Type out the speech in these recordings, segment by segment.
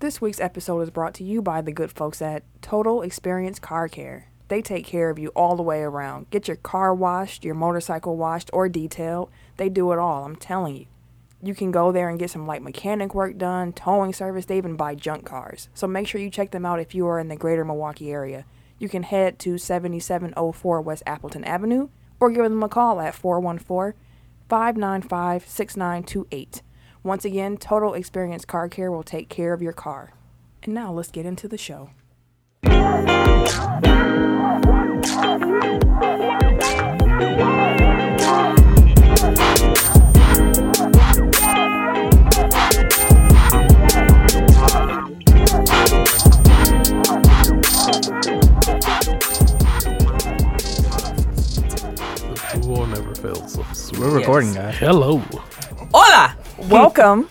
This week's episode is brought to you by the good folks at Total Experience Car Care. They take care of you all the way around. Get your car washed, your motorcycle washed, or detailed. They do it all, I'm telling you. You can go there and get some light mechanic work done, towing service, they even buy junk cars. So make sure you check them out if you are in the greater Milwaukee area. You can head to 7704 West Appleton Avenue or give them a call at 414 595 6928. Once again, Total Experience Car Care will take care of your car. And now let's get into the show. The pool never fails us. We're recording, guys. Hello. Hola! Welcome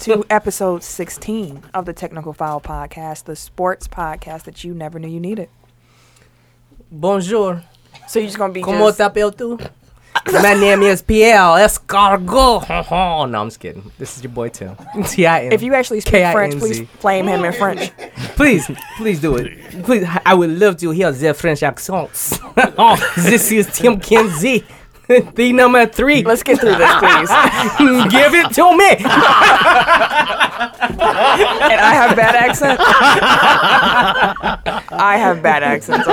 to episode 16 of the Technical File Podcast, the sports podcast that you never knew you needed. Bonjour. So you're just going to be Como just- t'appelles tu? My name is PL Escargot. Oh, no, I'm just kidding. This is your boy Tim. T I M. If you actually speak French, K-I-N-Z. please flame him in French. please, please do it. Please, I would love to hear the French accents. Oh, this is Tim Kenzie. The number three. Let's get through this, please. and give it to me. I have bad accent. I have bad accents.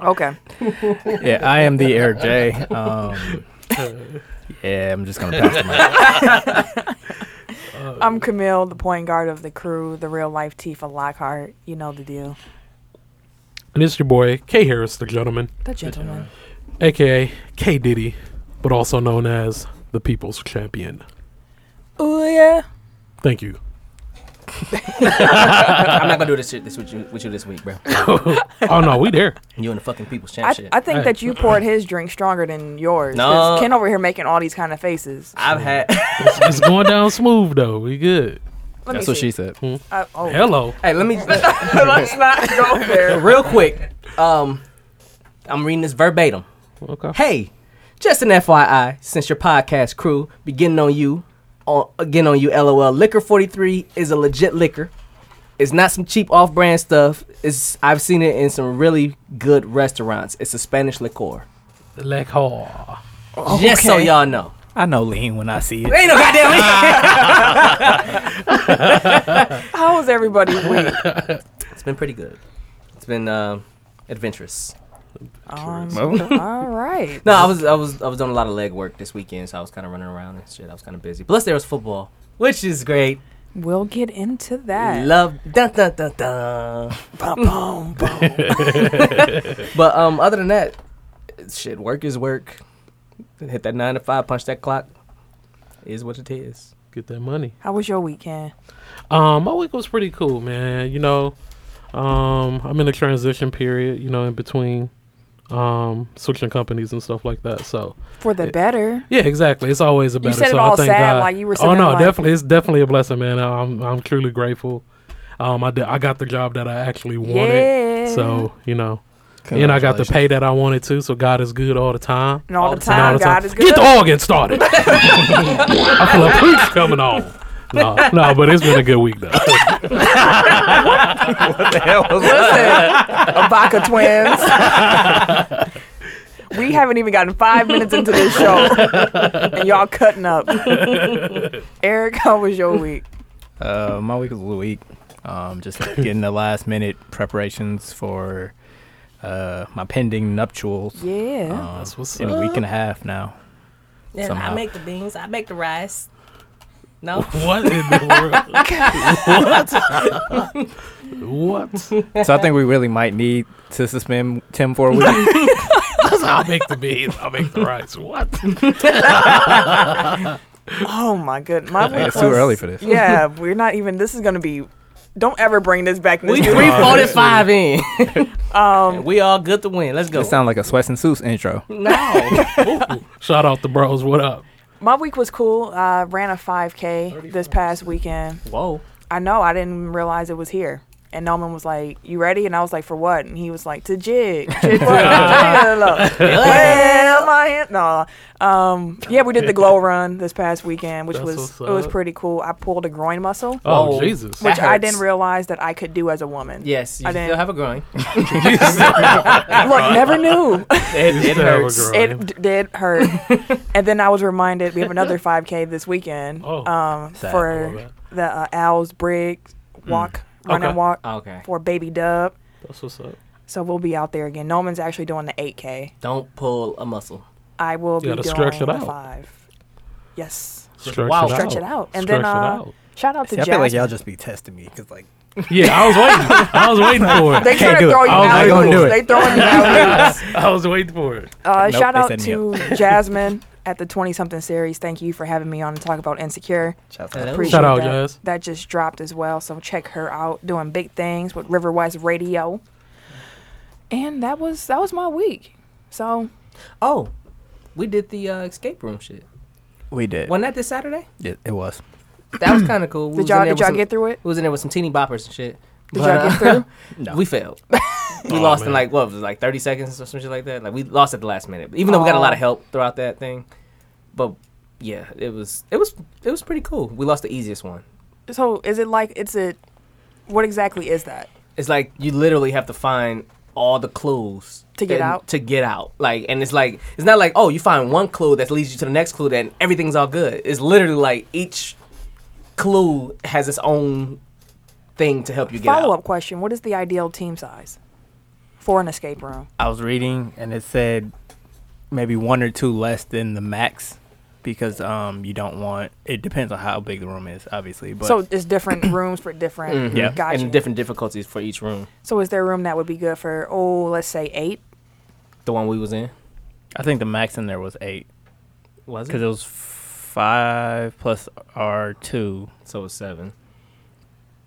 Okay. okay. Yeah, I am the Eric J. Um, yeah, I'm just gonna pass the mic. I'm Camille, the point guard of the crew, the real life Tifa Lockhart. You know the deal. And it's your boy, K Harris, the gentleman, The gentleman. aka K Diddy, but also known as the People's Champion. Ooh, yeah. Thank you. I'm not gonna do this shit this with you, with you this week, bro. Oh no, we there. You and the fucking people's champ I, shit. I think that you poured his drink stronger than yours. 'cause No. Ken over here making all these kind of faces. I've had. It's, it's going down smooth though. We good. Let That's me what see. she said. Uh, oh. Hello. hey, let me. Let's not go there. real quick, um, I'm reading this verbatim. Okay. Hey, just an FYI, since your podcast crew beginning on you, on again on you, LOL. Liquor 43 is a legit liquor. It's not some cheap off-brand stuff. It's I've seen it in some really good restaurants. It's a Spanish liqueur. Like oh. Just so Okay. y'all know. I know lean when I see it. Ain't no goddamn leak. How was everybody? week? It's been pretty good. It's been um, adventurous. Um, Well, all right. No, I was I was I was doing a lot of leg work this weekend, so I was kind of running around and shit. I was kind of busy. Plus, there was football, which is great. We'll get into that. Love dun dun dun dun. Boom, boom. But um, other than that, shit, work is work. Hit that nine to five, punch that clock. Is what it is. Get that money. How was your weekend? Um, my week was pretty cool, man. You know, um, I'm in a transition period, you know, in between um switching companies and stuff like that. So For the It- better. Yeah, exactly. It's always a better. said it so all I thank sad, God. like you were Oh sitting no, like- definitely, it's definitely a blessing, man. I'm I'm truly grateful. Um, I did, I got the job that I actually wanted. Yeah. So you know, and I got the pay that I wanted to. So God is good all the time. And all, the And all time, the God is good. Get the organ started. I feel a preach coming on. No, no, but it's been a good week though. Listen, Ibaka twins. we haven't even gotten five minutes into this show, and y'all cutting up. Eric, how was your week? uh, my week was a little weak. Um, just getting the last minute preparations for uh, my pending nuptials. Yeah. Um, That's what's in a week and a half now. Yeah, somehow. I make the beans. I make the rice. No, What in the world? what? What? So I think we really might need to suspend Tim for a week. I'll make the beans. I'll make the rice. What? oh my good. My week it's too was- early for this. Yeah, we're not even. This is gonna be. Don't ever bring this back. in We this three room. forty five in. um, we all good to win. Let's go. It sounds like a Sweats and Suits intro. no, Ooh, shout out the bros. What up? My week was cool. I ran a 5K this past weekend. whoa. I know I didn't realize it was here. And Norman was like, "You ready?" And I was like, "For what?" And he was like, "To jig, jig what? Jig well, my hand- no." Um, yeah, we did the glow run this past weekend, which That's was what's it was up. pretty cool. I pulled a groin muscle, Oh, Whoa. Jesus. That which I hurts. didn't realize that I could do as a woman. Yes, you I still didn't- have a groin. Look, never knew. It, You it still have a hurts. groin. It d- did hurt. and then I was reminded we have another 5K this weekend Oh. um, Sad. I for love Mm. the uh, Owls Briggs walk, run Okay. and walk Okay. for Baby Dub. That's what's up. So we'll be out there again. Norman's actually doing the 8K. Don't pull a muscle. I will You be gotta doing stretch it the out. 5. Yes. Stretch Wow. it out. Stretch it out. And Stretch then uh, it out. shout out to See, I feel like y'all Jasmine. just be testing me because like Yeah, I was waiting. I was waiting for it. They trying Can't to do it. throw you I was out. like, "Don't do it." They throwing you out. I was waiting for it. Uh, Nope, shout they out set me to Jasmine at the 20 something series. Thank you for having me on to talk about Insecure. shout Hello. out. Appreciate Shout out, that. Jazz. That just dropped as well. So check her out doing big things with River West Radio. And that was that was my week. So Oh, we did the uh, escape room shit. We did. Wasn't that this Saturday? It, it was. That was kind of cool. We did was in y'all there did with y'all some- get through it? We was in there with some teeny boppers and shit. Did y'all get through? No. We failed. Oh, we Aw, lost in man. like what was it, like thirty seconds or some shit like that. Like we lost at the last minute. Even though we got a lot of Aw. help throughout that thing, but yeah, it was it was it was pretty cool. We lost the easiest one. So is it like it's a what exactly is that? It's like you literally have to find all the clues To get and- out? To get out, like, and it's like it's not like oh you find one clue that leads you to the next clue, then everything's all good. It's literally like each clue has its own thing to help you get Follow out. up question, what is the ideal team size for an escape room? I was reading and it said maybe one or two less than the max because um you don't want it depends on how big the room is obviously but so it's different rooms for different Mhm. Yeah. gotcha. and different difficulties for each room. so is there a room that would be good for oh, let's say eight? The one we was in I think the max in there was eight was because it? it was five plus R two So it was seven.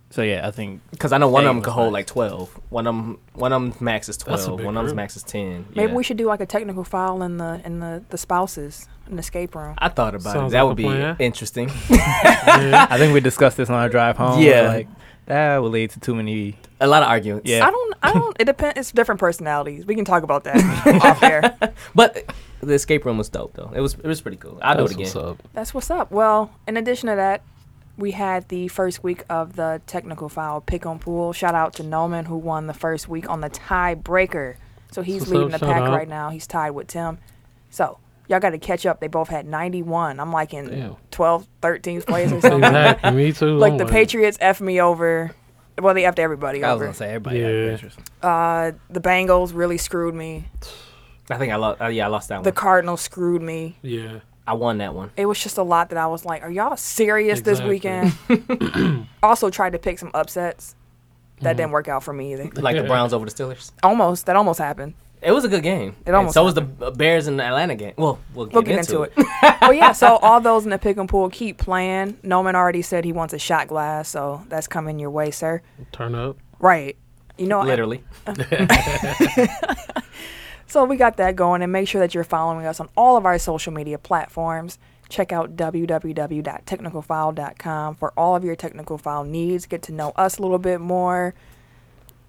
so yeah I think Because I know one Eight of them was could hold nice. like twelve. One of them, one of them max is That's a twelve. big One of them's group. max is ten. Maybe Yeah. we should do like a technical file in the in the, the spouses in the escape room. I thought about Sounds it. That like a would be plan. interesting. Yeah. I think we discussed this on our drive home Yeah. like that would lead to too many a lot of arguments. Yeah. I don't. I don't. It depends. It's different personalities. We can talk about that off air. But the escape room was dope though. It was it was pretty cool. I'll do That's it again. what's up. That's what's up. Well, in addition to that, we had the first week of the technical file pick on pool. Shout out to Noman who won the first week on the tiebreaker. So he's What's leading up? the Shout pack out. right now. He's tied with Tim. So y'all got to catch up. They both had 91. I'm like in Damn. 12th, 13th place or something. Exactly. Me too. Like I'm the Patriots f me over. Well, they effed everybody I was over. gonna say everybody Yeah. yeah. Uh, the Bengals really screwed me. I think I lost. Uh, yeah, I lost that The one. Cardinals screwed me. Yeah. I won that one. it was just a lot that I was like, are y'all serious Exactly. this weekend? also tried to pick some upsets. That didn't work out for me either. Like the Yeah. Browns over the Steelers. Almost. That almost happened. It was a good game. It And almost so was the B- Bears in the Atlanta game. Well, we'll get, We'll get into it. but yeah, so all those in the pick and pool keep playing. Noman already said he wants a shot glass, so that's coming your way, sir. Turn up. Right. You know, Literally. So we got that going, and make sure that you're following us on all of our social media platforms. Check out www.technicalfile.com for all of your technical file needs. Get to know us a little bit more.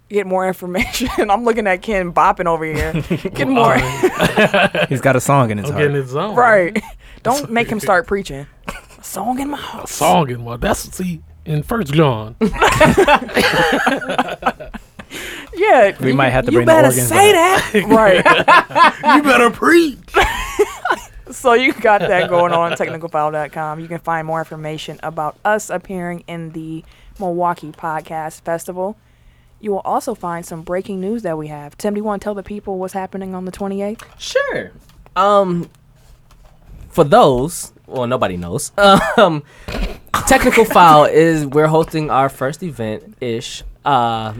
Get more information. I'm looking at Ken bopping over here. Get more he's got a song in his I'm heart getting it zone. right. Don't make him start preaching. A song in my heart. Song in what? That's see in First John. Yeah. We you- might have to you bring the better organs say out. that. right. you better preach. So you got that going on technicalfile.com. You can find more information about us appearing in the Milwaukee Podcast Festival. You will also find some breaking news that we have. Tim, do you want to tell the people what's happening on the 28th? Sure. Um, for those, well, nobody knows. Um, technical file is we're hosting our first event ish. Uh,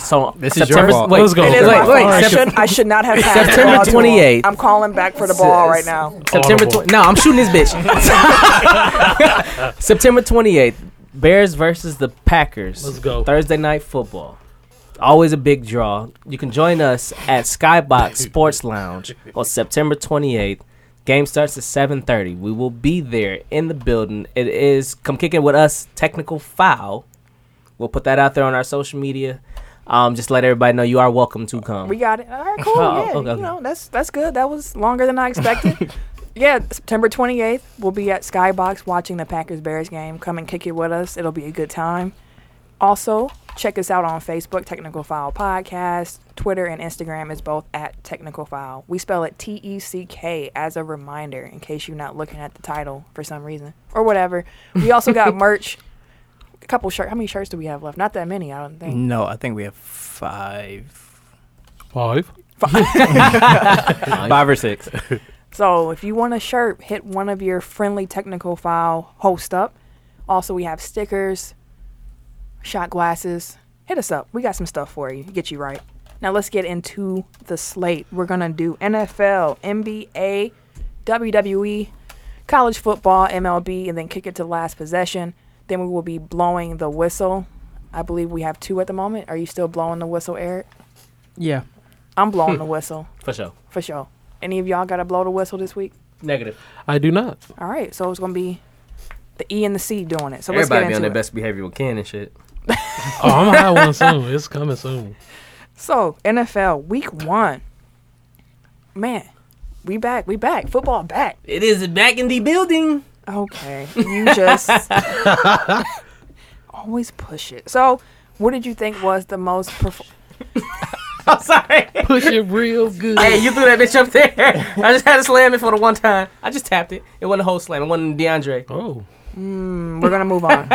so This is your September- fault. Wait, Let's go. Wait, It is wait, my fault. wait, I, Sep- should, I should not have passed the September ball to him. 28th. I'm calling back for the ball right now. September Audible. tw- no, I'm shooting this bitch. September 28th, Bears versus the Packers. Let's go. Thursday night football. Always a big draw. You can join us at Skybox Sports Lounge on September 28th. Game starts at 7:30. We will be there in the building. It is come kicking with us technical foul We'll put that out there on our social media. Um, just let everybody know you are welcome to come. We got it. All right, cool. Um, Oh, yeah, okay, okay. you know that's that's good. That was longer than I expected. yeah, September 28th, we'll be at Skybox watching the Packers Bears game. Come and kick it with us. It'll be a good time. Also, check us out on Facebook, Technical File Podcast. Twitter and Instagram is both at Technical File. We spell it T E C K as a reminder in case you're not looking at the title for some reason or whatever. We also got merch. A couple shirts. How many shirts do we have left? Not that many, I don't think. No, I think we have five, Five. five or six. So if you want a shirt, hit one of your friendly technical file host up. Also, we have stickers, shot glasses. Hit us up. We got some stuff for you. Get you right. Now let's get into the slate. We're gonna do NFL, NBA, WWE, E, college football, MLB, and then kick it to last possession. Then we will be blowing the whistle. I believe we have two at the moment. Are you still blowing the whistle, Eric? Yeah, I'm blowing the whistle for sure. for sure. Any of y'all got to blow the whistle this week? Negative. I do not. All right, so it's gonna be the E and the C doing it. So let's everybody get be on into their it. best behavior with Ken and shit. Oh, I'm gonna have one soon. It's coming soon. So NFL Week One, man, we back, we back, football back. It is back in the building. Okay, you just always push it. So, what did you think was the most? Perf- I'm sorry. Push it real good. Hey, you threw that bitch up there. I just had to slam it for the one time. I just tapped it. It wasn't a whole slam. It wasn't DeAndre. Oh, Mm, we're gonna move on.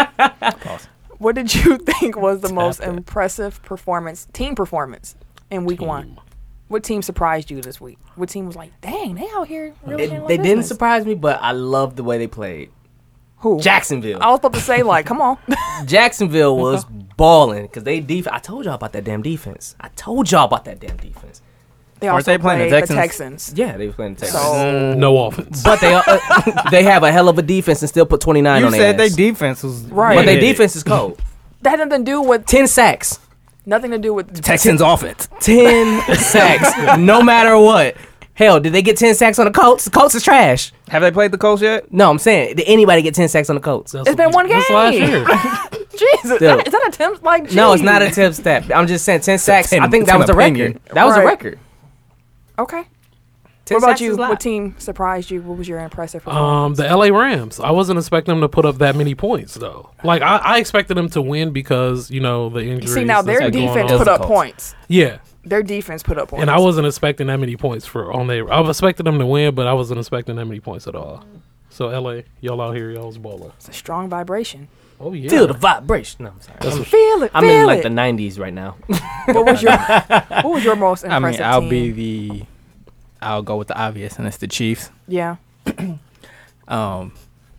What did you think was the most impressive performance, team performance, in Week One? What team surprised you this week? What team was like, dang, they out here really? It- handling they didn't business." surprise me, but I loved the way they played. Who? Jacksonville. I was about to say, like, come on. Jacksonville was balling because they def- I told y'all about that damn defense. I told y'all about that damn defense. They Aren't also they playing the played the Texans? Texans. Yeah, they were playing the Texans. So no offense. But they uh, they have a hell of a defense and still put 29 You on said their they ass. defense was Right. But they their defense is cold. that had nothing to do with 10 sacks. nothing to do with Texans offense. 10 sacks. No matter what. Hell, did they get 10 sacks on the Colts? The Colts is trash. Have they played the Colts yet? No, I'm saying, did anybody get 10 sacks on the Colts? That's It's been one That's last game. year. Jesus. Still. That, is that a temp? Like, No, it's geez. not a tip step. I'm just saying 10 sacks. ten- I think it's that was an a opinion. record. That was a Right. record. Okay. 10 what about sacks you? is a lot. What team surprised you? What was your impressive? Oh, performance? Um, the LA Rams. I wasn't expecting them to put up that many points, though. Like I, I expected them to win because you know the injuries. See, now that's their been going defense on. put up Difficult. points. yeah, Their defense put up points. and I wasn't expecting that many points for on their. I was expecting them to win, but I wasn't expecting that many points at all. So LA, y'all out here, y'all's balling. It's a strong vibration. Oh yeah, Feel the vibration. No, I'm sorry. That's Feel it. I'm feel in like it. the 90s right now. what was your What was your most I mean, impressive I'll team? be the. I'll go with the obvious, and it's the Chiefs. yeah. Um,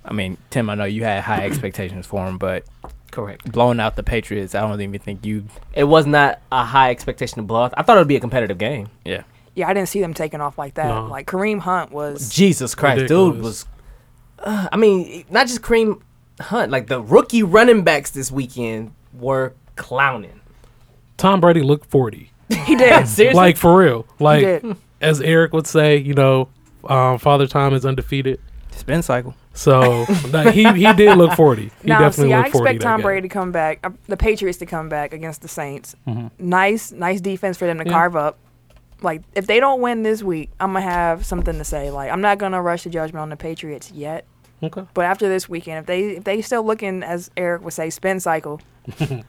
I mean, Tim, I know you had high expectations for him, but Correct. blowing out the Patriots, I don't even think you. It was not a high expectation to blow out. I thought it would be a competitive game. Yeah, Yeah, I didn't see them taking off like that. No. Like Kareem Hunt was Jesus Christ, dude Ridiculous. was. Uh, I mean, not just Kareem Hunt. Like the rookie running backs this weekend were clowning. Tom Brady looked forty. he did. Seriously, Like for real. Like did. as Eric would say, you know, um, Father Time is undefeated. spin cycle. So like, he he did look forty. He Now, definitely see, I looked forty. expect that Tom game. Brady to come back, uh, the Patriots to come back against the Saints. Nice, nice defense for them to Mm-hmm. Yeah. carve up. Like, if they don't win this week, I'm gonna have something to say. Like, I'm not gonna rush the judgment on the Patriots yet, Okay. but after this weekend, if they if they still looking as Eric would say, spin cycle, I'm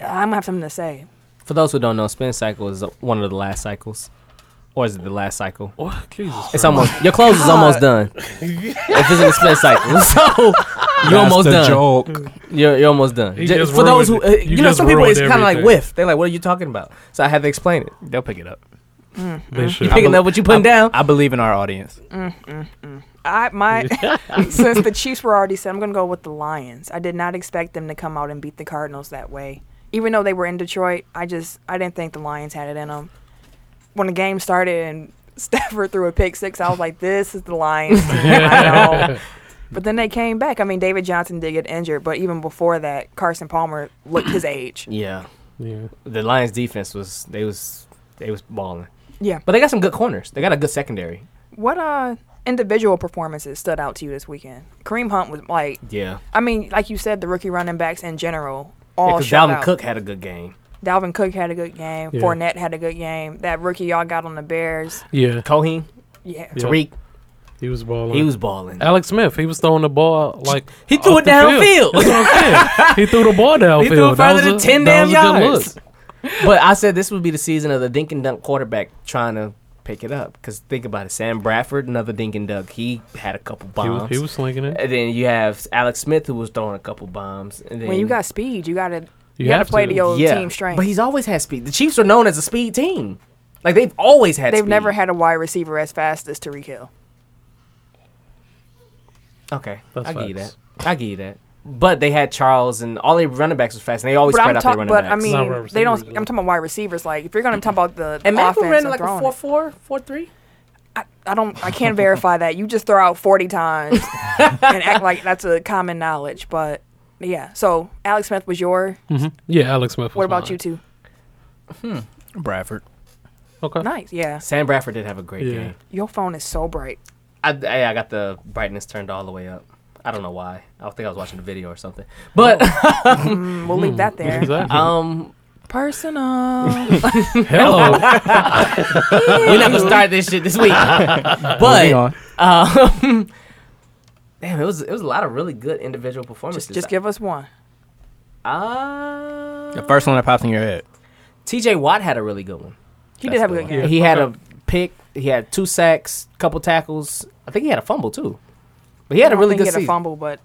gonna have something to say. for those who don't know, spin cycle is one of the last cycles, or is it the last cycle? Oh, Jesus. It's Christ. almost your clothes is almost done. if it's in the spin cycle, so you're almost That's done. the joke. You're, you're almost done. He Ju- just for those who ruined uh, it. you You know, just some people ruined it's kind of like everything. whiff. They're like, "What are you talking about?" So I had to explain it. They'll pick it up. Uh-huh. They should. Picking bel- up what you putting down. I believe in our audience. I my since the Chiefs were already said, I'm gonna go with the Lions. I did not expect them to come out and beat the Cardinals that way. Even though they were in Detroit, I just I didn't think the Lions had it in them. When the game started and Stafford threw a pick six, I was like, "This is the Lions." team, I know. But then they came back. I mean, David Johnson did get injured, but even before that, Carson Palmer looked his age. yeah, Yeah. the Lions defense was they was they was balling. Yeah. But they got some good corners. They got a good secondary. What uh individual performances stood out to you this weekend? Kareem Hunt was like Yeah. I mean, like you said, the rookie running backs in general all Because shut Dalvin Oh, out. Cook had a good game. Dalvin Cook had a good game. Yeah. Fournette had a good game. That rookie y'all got on the Bears, Yeah, Cohen, yeah, Yeah. Tariq, he was balling. he was balling. Alex Smith. He was throwing the ball like He threw off it the downfield. That's what I'm saying. he threw the ball downfield. He threw it That further than was a- 10 that damn was a yards. good but I said this would be the season of the dink and dunk quarterback trying to pick it up. Because think about it. Sam Bradford, another dink and dunk. He had a couple look. He bombs. was, he was slinging it. and then you have Alex Smith, who was throwing a couple bombs. And then When you got speed, you gotta you, You gotta have play to. to your yeah, team strength. But he's always had speed. The Chiefs are known as a speed team. Like they've always had They've speed. never had a wide receiver as fast as Tariq Hill. Okay, That's I give you that. facts. I give you that. But they had Charles, and all their running backs was fast, and they always But spread I'm out their talking. running But backs. I mean, Not wide they don't. receivers, I'm talking about wide receivers. Like if you're gonna talk about the, the And Mac offense, ran and like a throwing it, four four, four three. I, I don't. I can't verify that. You just throw out 40 times and act like that's a common knowledge. But yeah. So Alex Smith was your. Mhm. Yeah, Alex Smith. Was What about mine. you two? Bradford. Okay. Nice. Yeah. Sam Bradford did have a great Yeah. game. Your phone is so bright. I, I I got the brightness turned all the way up. I don't know why. I think I was watching a video or something. But Mm, we'll Hmm. leave that there. Exactly. um, Personal. Hello. we're not gonna start this shit this week. Moving but on. um, damn, it was it was a lot of really good individual performances. just, just give us one. uh, The first one that pops in your head. T.J. Watt had a really good one. He That's did have a the good one. game. He had a pick. He had two sacks, couple tackles. I think he had a fumble too. But he had I a don't really think good he had a season. fumble, but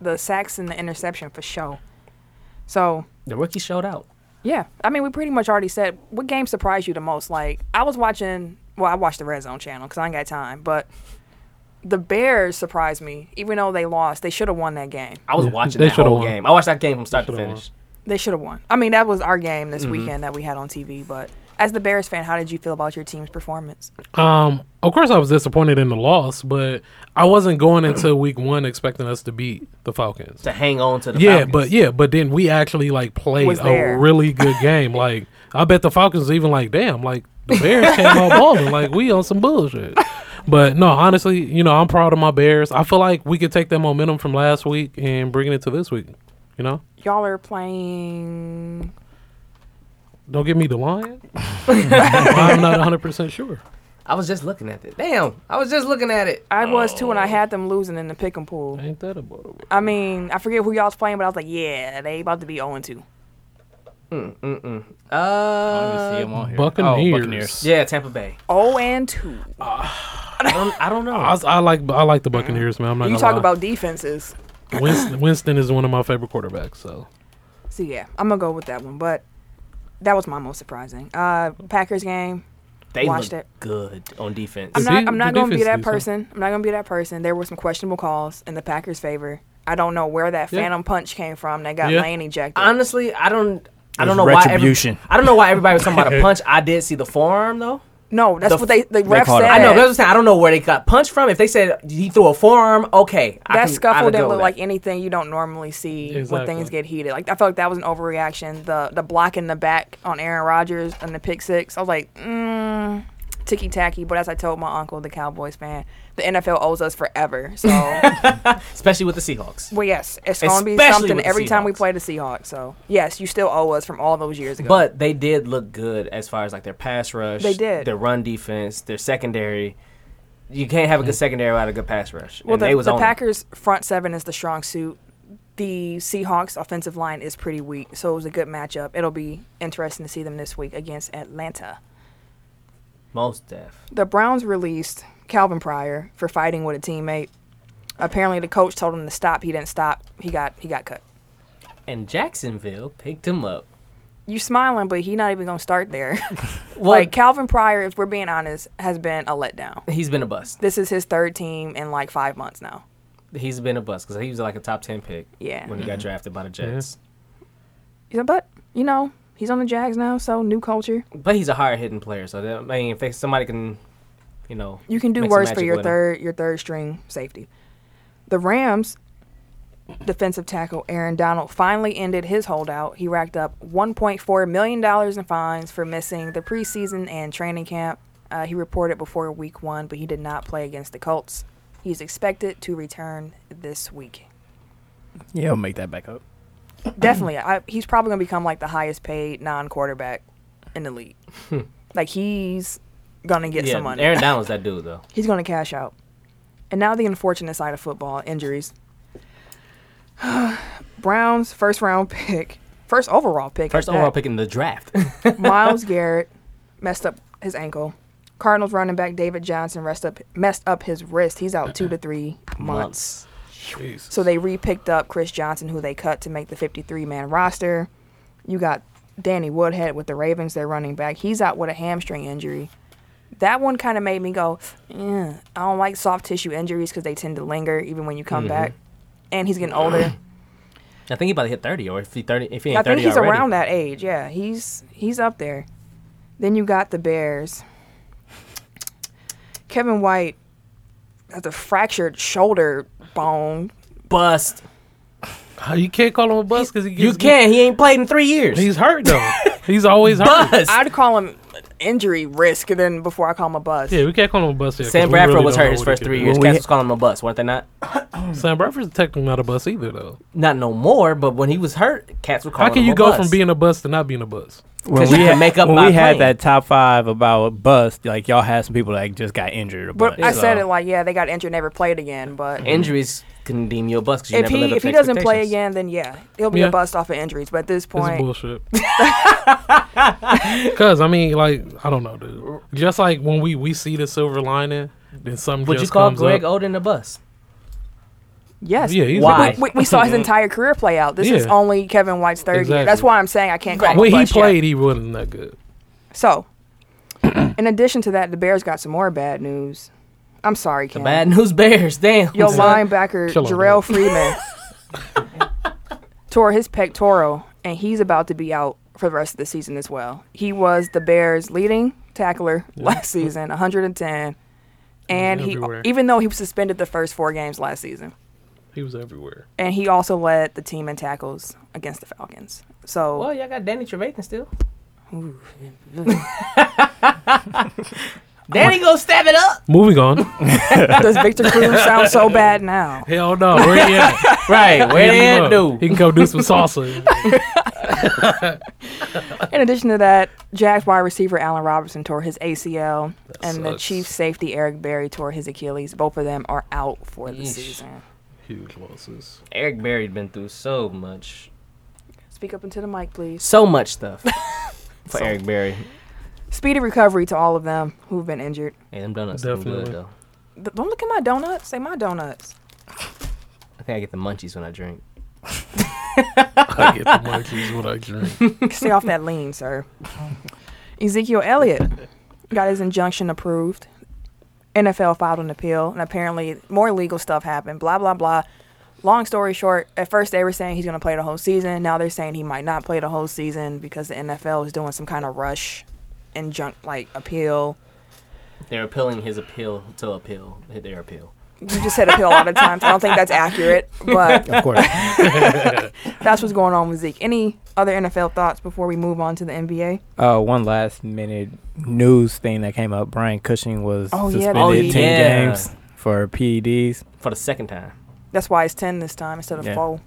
the sacks and the interception for show. So The rookie showed out. yeah, I mean, we pretty much already said what game surprised you the most. Like I was watching, well, I watched the Red Zone channel because I ain't got time, but the Bears surprised me. Even though they lost, they should have won that game. I was Yeah, watching they that should've whole won. game. I watched that game from start to They should've finish. They should have won. I mean, that was our game Mm-hmm. this weekend that we had on TV. But as the Bears fan, how did you feel about your team's performance? Um, of course, I was disappointed in the loss, but I wasn't going into week one expecting us to beat the Falcons. To hang on to the yeah, Falcons. but yeah, but then we actually like played Was a there. really good game. like I bet the Falcons even like, damn, like the Bears came out balling, like we on some bullshit. But no, honestly, you know, I'm proud of my Bears. I feel like we could take that momentum from last week and bring it to this week. You know, Y'all are playing. don't give me the lion. I'm not 100 percent sure. I was just looking at it. Damn, I was just looking at it. I was too, and Oh. I had them losing in the pick and pool. Ain't that about it? I mean, I forget who y'all was playing, but I was like, yeah, they about to be 0 2. Mm, mm, mm. I don't even see Uh, him on here. Buccaneers. Oh, Buccaneers. yeah, Tampa Bay. 0 and 2. I don't, I don't know. I, I like I like the Buccaneers, man. I'm not You gonna talk lie. about defenses. Winston, Winston is one of my favorite quarterbacks. So So, yeah, I'm going to go with that one, but that was my most surprising. Uh, Packers game. they watched looked it. good on defense. I'm The not, I'm de- the not going to be defense that did, huh? person. I'm not going to be that person. There were some questionable calls in the Packers' favor. I don't know where that Yeah. phantom punch came from that got Yeah. Lane ejected. Honestly, I don't. I It don't know was retribution. why. Every, I don't know why everybody was talking about a punch. I did see the forearm though. no, that's the what they the ref called said. it. I know. That's what I'm saying. I don't know where they got punched from. If they said he threw a forearm, okay. I that can- scuffle I'd didn't go look with like that. anything you don't normally see when Exactly. things get heated. Like I felt like that was an overreaction. The the block in the back on Aaron Rodgers and the pick six. I was like, mm, ticky tacky. But as I told my uncle, the Cowboys fan, the NFL owes us forever. So well, especially with the Seahawks. yes, it's gonna be Especially something with the every time we Seahawks. play the Seahawks. So yes, you still owe us from all those years ago. But they did look good as far as like their pass rush. They did. their run defense, their secondary. You can't have a good secondary without a good pass rush. well, and the, they was the on it. Packers front seven is the strong suit. The Seahawks offensive line is pretty weak, so it was a good matchup. It'll be interesting to see them this week against Atlanta. most deaf. the Browns released Calvin Pryor for fighting with a teammate. Apparently, the coach told him to stop. He didn't stop. He got he got cut. And Jacksonville picked him up. You smiling, but he not even gonna start there. Well, like Calvin Pryor, if we're being honest, has been a letdown. he's been a bust. This is his third team in like five months now. He's been a bust because he was like a top ten pick Yeah, when he Mm-hmm. got drafted by the Jets. You know, but you know he's on the Jags now, so new culture. But he's a hard hitting player, so that, I mean, if they, somebody can, you know, You can do make some worse for magic your with him. third your third string safety. The Rams defensive tackle Aaron Donald finally ended his holdout. He racked up 1.4 million dollars in fines for missing the preseason and training camp. Uh, he reported before Week One, but he did not play against the Colts. He's expected to return this week. Yeah, I'll make that back up. definitely. I, he's probably gonna become like the highest paid non-quarterback in the league. like he's gonna get yeah, some money. Aaron Donald's that dude though. He's going to cash out. And now the unfortunate side of football injuries. Browns first round pick, first overall pick. First at that. overall pick in the draft. Miles Garrett messed up his ankle. Cardinals running back David Johnson rest up, messed up his wrist. He's out two to three Months. months. Jeez. So they re picked up Chris Johnson, who they cut to make the 53 man roster. You got Danny Woodhead with the Ravens, their running back. He's out with a hamstring injury. That one kind of made me go, yeah, I don't like soft tissue injuries because they tend to linger even when you come Mm-hmm. back. And he's getting older. I think he about to hit thirty, or if he thirty, if he ain't I think thirty he's already. around that age. Yeah, he's he's up there. Then you got the Bears. Kevin White has a fractured shoulder bone. Bust. Uh, You can't call him a bust because he You gets- can. He ain't played in three years. He's hurt though. He's always hurt. bust. I'd call him injury risk then before I call him a bust. Yeah, we can't call him a bust. Yet, 'cause Sam we Bradford really was don't hurt know his what he first can three do. years. When we Cats hit- was calling him a bust, weren't they not? Sam Bradford's technically not a bust either though. Not no more. More, but when he was hurt, cats were calling How can him you a go bust. from being a bust to not being a bust? When 'Cause you we can had, make up when by we had playing. that top five about bust, like y'all had some people that just got injured. A But bunch, I said so- it uh, like, yeah, they got injured, never played again. But injuries can deem you a bust? 'cause you if never lived he up if to he doesn't play expectations. again, then yeah, he'll be Yeah. a bust off of injuries. But at this This is point, bullshit. Cause I mean, like I don't know, dude. Just like when we we see the silver lining, then something would just you call comes Greg up. Oden a bust? yes, Yeah, he's Why? we, we, we saw his entire career play out. This is Yeah. only Kevin White's third year. Exactly. That's why I'm saying I can't call him a when he bust yet. played, he wasn't that good. So, in addition to that, the Bears got some more bad news. I'm sorry, The Ken. bad news bears. Damn. Your linebacker Chill on Jarrell that. Freeman tore his pectoral, and he's about to be out for the rest of the season as well. He was the Bears' leading tackler last season, 110, and he everywhere. even though he was suspended the first four games last season, He was everywhere. and he also led the team in tackles against the Falcons. So Well, y'all got Danny Trevathan still. Danny gonna stab it up. Moving on. does Victor Cruz sound so bad now? Hell no. Where he at? Right, where Hit him they up. at, dude? He can go do some salsa. In addition to that, Jags wide receiver Allen Robinson tore his ACL, and the sucks. Chiefs safety Eric Berry tore his Achilles. Both of them are out for the Yeesh. season. Huge losses. Eric Berry been through so much, Speak up into the mic, please. so much stuff for Eric Berry. Speedy recovery to all of them who've been injured. Hey, them donuts looking Definitely. good though. Th- Don't look at my donuts. Say my donuts. I think I get the munchies when I drink. I get the monkeys when I drink. Stay off that lean, sir. Ezekiel Elliott got his injunction approved. NFL filed an appeal, and apparently more legal stuff happened. Blah blah blah. Long story short, at first they were saying he's going to play the whole season. Now they're saying he might not play the whole season because the NFL is doing some kind of rush injunct like appeal. They're appealing his appeal to appeal hit their appeal. You just said appeal a lot of times. I don't think that's accurate, but of course. that's what's going on with Zeke. Any other NFL thoughts before we move on to the NBA? Uh, one last minute news thing that came up. Brian Cushing was Oh, yeah, suspended Oh, ten yeah. games for E PEDs. For the second time, That's why it's ten this time instead of Yeah. four.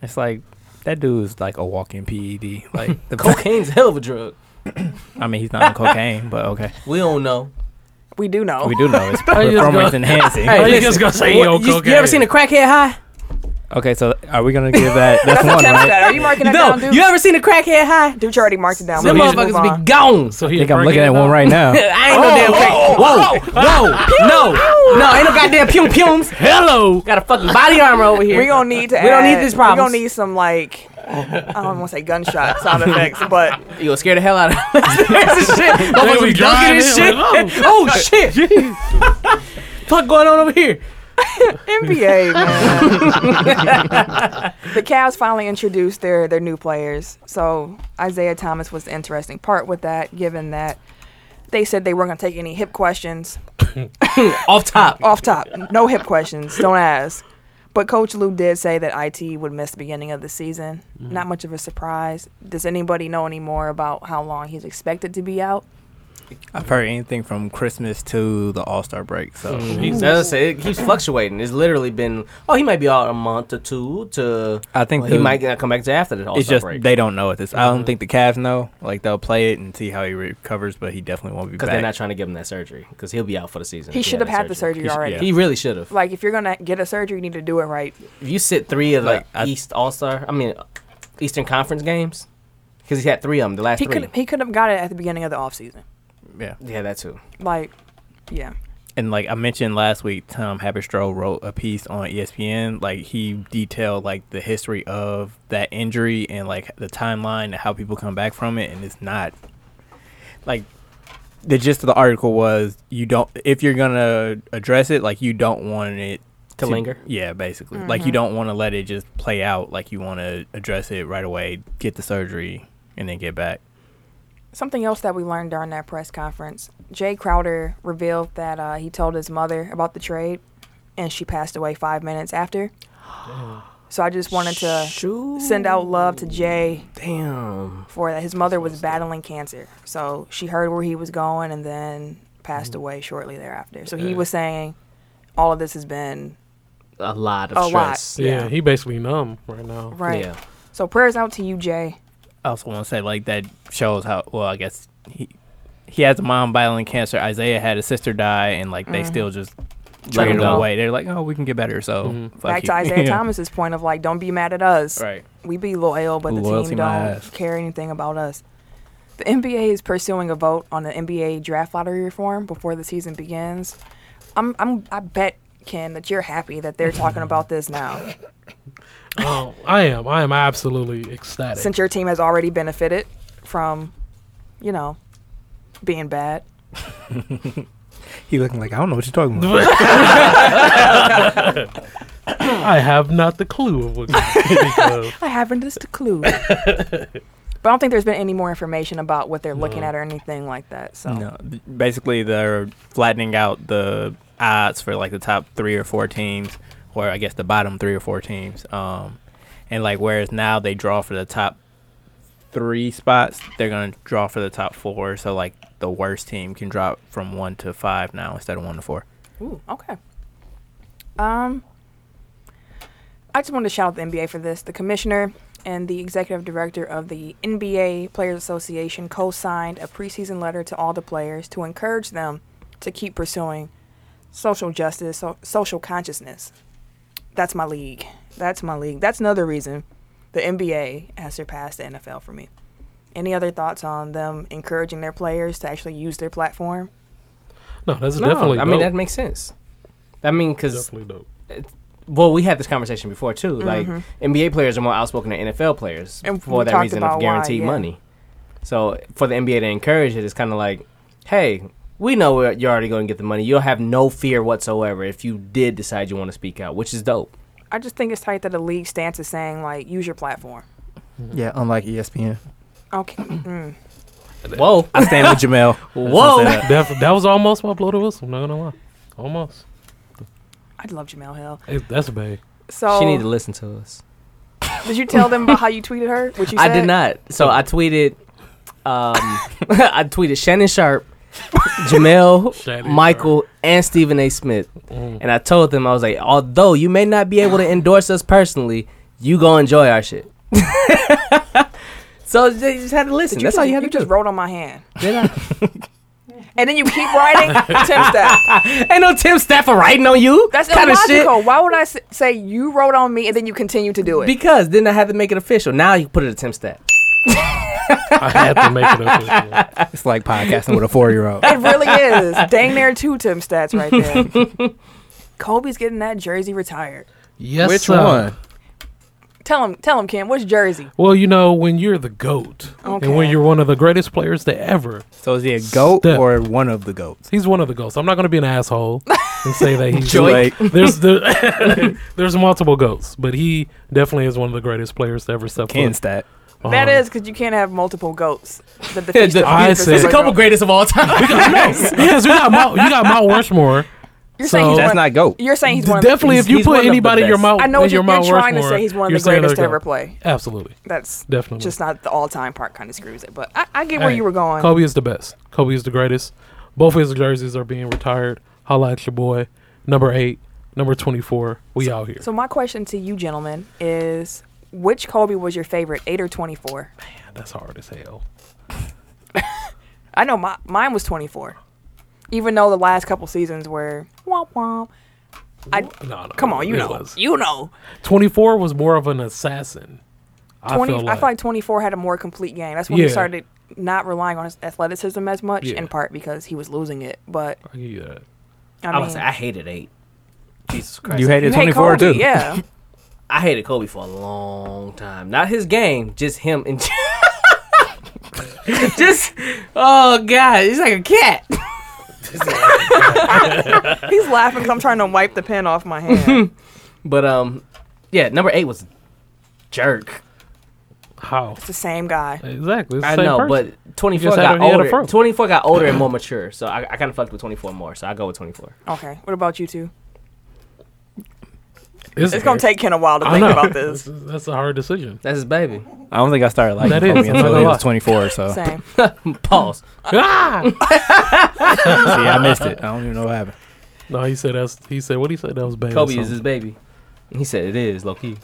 It's like that dude's like a walking PED. Like the cocaine's a hell of a drug. I mean, he's not on cocaine, but okay, We don't know. We do know. we do know it's you just performance go- enhancing. Hey, you listen, just gonna say he what- on you, you cocaine. ever seen a crackhead high? Okay, so are we gonna give that? That's one, Tell me right? that. Are you marking that No, down, dude? you ever seen a crackhead high? Dude, you already marked it down. Them We Well, should move motherfuckers on. be gone. So I he think I'm looking at one right now. I ain't no Oh, damn crack. Whoa, whoa, no, no, Oh, ain't no goddamn pum pums. Hello. Got a fucking body armor over here. We're gonna need to. We don't need add- these problems. We're gonna need some like I don't want to say gunshot sound effects, but You gonna scare the hell out of us. shit. Motherfuckers we be dunking and shit. driving, Oh, shit. Fuck going on over here? NBA man. the Cavs finally introduced their their new players. So Isaiah Thomas was the interesting part with that, given that they said they weren't gonna take any hip questions Off top. off top. No hip questions. Don't ask. But Coach Lou did say that IT would miss the beginning of the season. Not much of a surprise. Does anybody know any more about how long he's expected to be out? I've heard anything from Christmas to the All Star break. So Mm. As I say, it keeps fluctuating. It's literally been oh, he might be out a month or two to I think he the- might not come back to after the All it's Star just break they don't know at this. I Mm-hmm. don't think the Cavs know. Like they'll play it and see how he recovers, but he definitely won't be because back. they're not trying to give him that surgery because he'll be out for the season. He if should have had the that surgery already. He really should have. Like if you're gonna get a surgery, you need to do it right. If you sit three of the Like, I- East All Star, I mean Eastern Conference games, because he had three of them. The last He three. could he could have got it at the beginning of the offseason. yeah, Yeah, that too. Like, yeah, and like I mentioned last week, Tom Haberstroh wrote a piece on E ESPN. Like he detailed like the history of that injury and like the timeline and how people come back from it, and it's not like the gist of the article was you don't if you're gonna address it, like you don't want it To linger? Yeah, basically, like you don't want to let it just play out. Like you want to address it right away, get the surgery, and then get back. Something else that we learned during that press conference, Jay Crowder revealed that uh, he told his mother about the trade, and she passed away five minutes after. So I just wanted to send out love to Jay Damn. for that. His mother was battling cancer, so she heard where he was going, and then passed Mm-hmm. away shortly thereafter. So he was saying, all of this has been A lot of A lot. stress. Yeah, he basically numb right now. right. Yeah. So prayers out to you, Jay. I also want to say like that shows how well I guess he he has a mom battling cancer. Isaiah had a sister die, and like Mm. they still just him traded him go. away. They're like, oh, we can get better. So fuck Back you. to Isaiah Yeah. Thomas's point of like, don't be mad at us. Right. We be loyal, but the Loyalty team my don't ass. care anything about us. The NBA is pursuing a vote on the NBA draft lottery reform before the season begins. I'm, I'm, I bet Ken that you're happy that they're talking about this now, Oh, I am. I am absolutely ecstatic. since your team has already benefited from, you know, being bad. He looking like I don't know what you're talking about. I have not the clue of what. because- I haven't just a clue. but I don't think there's been any more information about what they're looking at or anything like that. So no, th- basically they're flattening out the odds for like the top three or four teams, or I guess the bottom three or four teams. Um, and like whereas now they draw for the top three spots, they're gonna draw for the top four. So like the worst team can drop from one to five now instead of one to four. Ooh, okay. Um, I just wanted to shout out the NBA for this. The commissioner and the executive director of the NBA Players Association co-signed a preseason letter to all the players to encourage them to keep pursuing social justice, so- social consciousness. That's my league. That's my league. That's another reason the NBA has surpassed the NFL for me. Any other thoughts on them encouraging their players to actually use their platform? no, that's No, definitely. I mean dope. that makes sense. I mean, because definitely dope. well, we had this conversation before too. Like NBA players are more outspoken than NFL players Mm-hmm. And we for that talked reason about of why, guaranteed yeah. money. So for the NBA to encourage it, it's kind of like, hey, we know where you're already going to get the money. You'll have no fear whatsoever if you did decide you want to speak out, which is dope. I just think it's tight that the league stance is saying like use your platform. Mm-hmm. Yeah, unlike E ESPN. Okay. Mm. Whoa, I stand with Jamel. Whoa. That's what I said. Def- that was almost my blow to whistle. I'm not gonna lie, almost. I'd love Jamel Hill. It, that's big. So she need to listen to us. did you tell them about how you tweeted her? What you I said? did not. So I tweeted, um, I tweeted Shannon Sharp, Jamel, Shannon Michael, and Stephen A. Smith, Mm. and I told them I was like, although you may not be able to endorse us personally, you go enjoy our shit. so they just had to listen. Did you That's just, all you had to just do. wrote on my hand. And then you keep writing. Tim Staff. Ain't no Tim Stafford writing on you. That's kind of shit. illogical. Why would I s- say you wrote on me and then you continue to do it? Because then I had to make it official. Now you put it at Tim Staff. I had to make it official. It's like podcasting with a four year old. it really is. Dang near two Tim stats right there. Kobe's getting that jersey retired. Yes, Which sir. one? Tell him, tell him, Kim, what's jersey? Well, you know when you're the goat, and when Okay. you're one of the greatest players to ever. So is he a goat Step. or one of the goats? He's one of the goats. I'm not gonna be an asshole and say that he's Joy. There's the there's multiple goats, but he definitely is one of the greatest players to ever step Can foot. stat. That Um, Uh-huh. is because you can't have multiple goats. The, the, the, I said- There's a couple greatest of all time. yes, you got Mount, you got Mount Rushmore You're saying So- he's That's one, not goat. You're saying he's one. Definitely, he's- if you he's one put of the anybody in your best. mouth, I know what in your you're Mount trying to Rushmore, say. He's one of you're the saying greatest to they're ever goat. play. Absolutely, That's definitely. just not the all-time part. Kind of screws it, but I, I get where Hey, you were going. Kobe is the best. Kobe is the greatest. Both his jerseys are being retired. Holla at your boy, number eight, number twenty-four. We out here. So my question to you gentlemen is which Kobe was your favorite, 8 or 24? Man, that's hard as hell. I know my, mine was 24. Even though the last couple seasons were womp womp. I No, no. Come on, you it know. was. You know. Twenty-four was more of an assassin. 20 I feel I like, feel like 24 had a more complete game. That's when he Yeah. started not relying on his athleticism as much Yeah. in part because he was losing it, but I give you that. I I, mean was I hated eight. Jesus Christ. You you hated hate 24 Kobe, too. Yeah. I hated Kobe for a long time. Not his game, just him and just oh god, he's like a cat. He's laughing cuz I'm trying to wipe the pen off my hand. But um, yeah, number eight was jerk. How it's the same guy. exactly? It's the I same know, person. but twenty four Just got had a- he had a older. fro. Twenty four got older and more mature, so I, I kind of fucked with twenty four more. So I go with twenty four. Okay. What about you two? It's, It's going to take Ken a while to I think know. about this. That's, that's a hard decision. That's his baby. I don't think I started liking That that is, Kobe I'm not until gonna he lie. was 24. So see, Same. Pause. ah! I missed it. I don't even know what happened. No, he said that's. He said what he said. That was bad. Kobe is his baby. He said it is low key.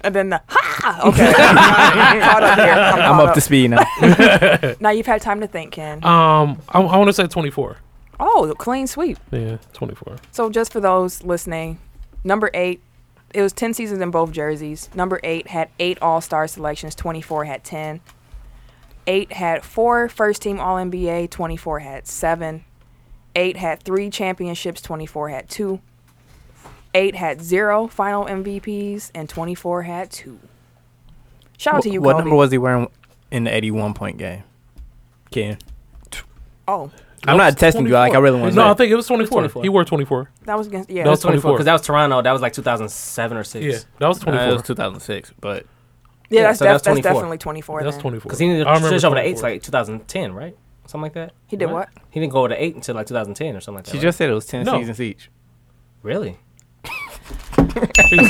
And then the ha. Okay, I'm caught up here. I'm, I'm caught up to speed now. Now you've had time to think, Ken. Um, I, I want to say twenty-four. oh, the clean sweep. Yeah, twenty-four. So just for those listening, number eight. It was ten seasons in both jerseys. Number eight had eight All Star selections. Twenty four had ten. Eight had four first team All NBA. Twenty four had seven. Eight had three championships. Twenty four had two. Eight had zero final MVPs, and twenty four had two. Shout out to you, what Kobe. number was he wearing in the 81 point game? Ken. oh, I'm not testing you. Like I really want to. No, know. I think it was twenty-four. 24. He wore twenty-four. that was against yeah. That was Twenty four 24. because that was Toronto. That was like two thousand seven or six. Yeah, that was Uh, it twenty-four. was 2006, but Yeah, Yeah, that's, so def- that's that's 24. definitely 24. That's then. twenty-four. Because he didn't I remember switch over to eight 24. like 2010, right? Something like that. He did Right? what? He didn't go over to eight until like 2010 or something like that. she right? just said it was 10 No. seasons each. really. Jesus,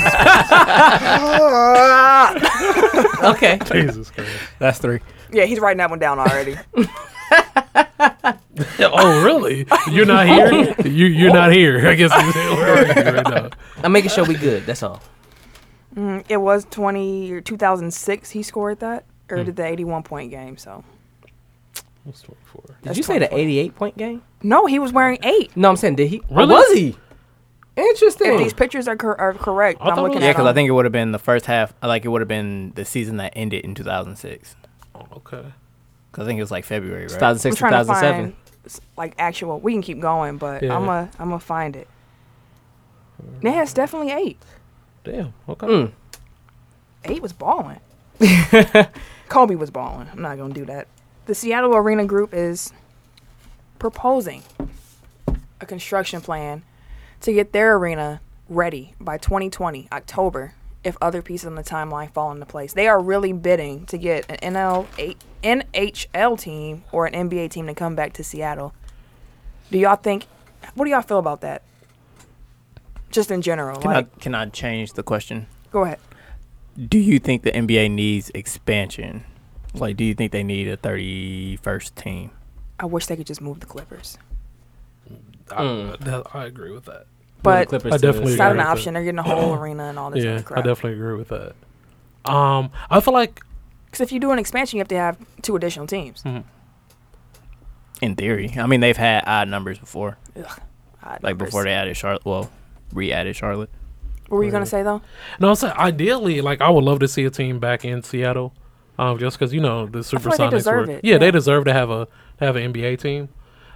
Okay. Jesus Christ. That's three. Yeah, he's writing that one down already. Oh, really? You're not here. You you're not here. I guess. Where are you right now? I'm making sure we good. That's all. Mm, it was 20 or 2006 he scored that, or Hmm. did the 81 point game. So It was 24. Did That's you say the 24. 88 point game? no, he was wearing eight. No, I'm saying did he? Oh, Really? Was he? If these Interesting. pictures are, cor- are correct, I I'm thought it looking was- Yeah, at because I them. think it would have been the first half. Like it would have been the season that ended in 2006. Oh, okay. Because I think it was like February, right? 2006, I'm trying to 2007. find s- like actual. We can keep going, but Yeah. I'm a I'm gonna find it. Yeah, it's definitely eight. Damn. Okay. Mm. Eight was balling. Kobe was balling. I'm not gonna do that. The Seattle Arena Group is proposing a construction plan to get their arena ready by 2020 October if other pieces on the timeline fall into place. They are really bidding to get an NL eight- NHL team or an NBA team to come back to Seattle. Do y'all think? What do y'all feel about that? Just in general, Can like, I can I change the question? go ahead. Do you think the NBA needs expansion? Like, do you think they need a 31st team? I wish they could just move the Clippers. I, Mm. that- I agree with that. But I definitely it's not an agree with option. They're getting a whole arena and all this Yeah, other I crap. definitely agree with that. Um, I feel like Because if you do an expansion, you have to have two additional Hmm. teams. In theory, I mean they've had odd numbers before, Odd like before Ah, numbers. they added Charlotte. Well, re-added Charlotte. What were you gonna say though? No, I'm saying ideally, like I would love to see a team back in Seattle, um, just because you know the Supersonics feel like they deserve were, it, Yeah, yeah. they deserve to have a to have an NBA team.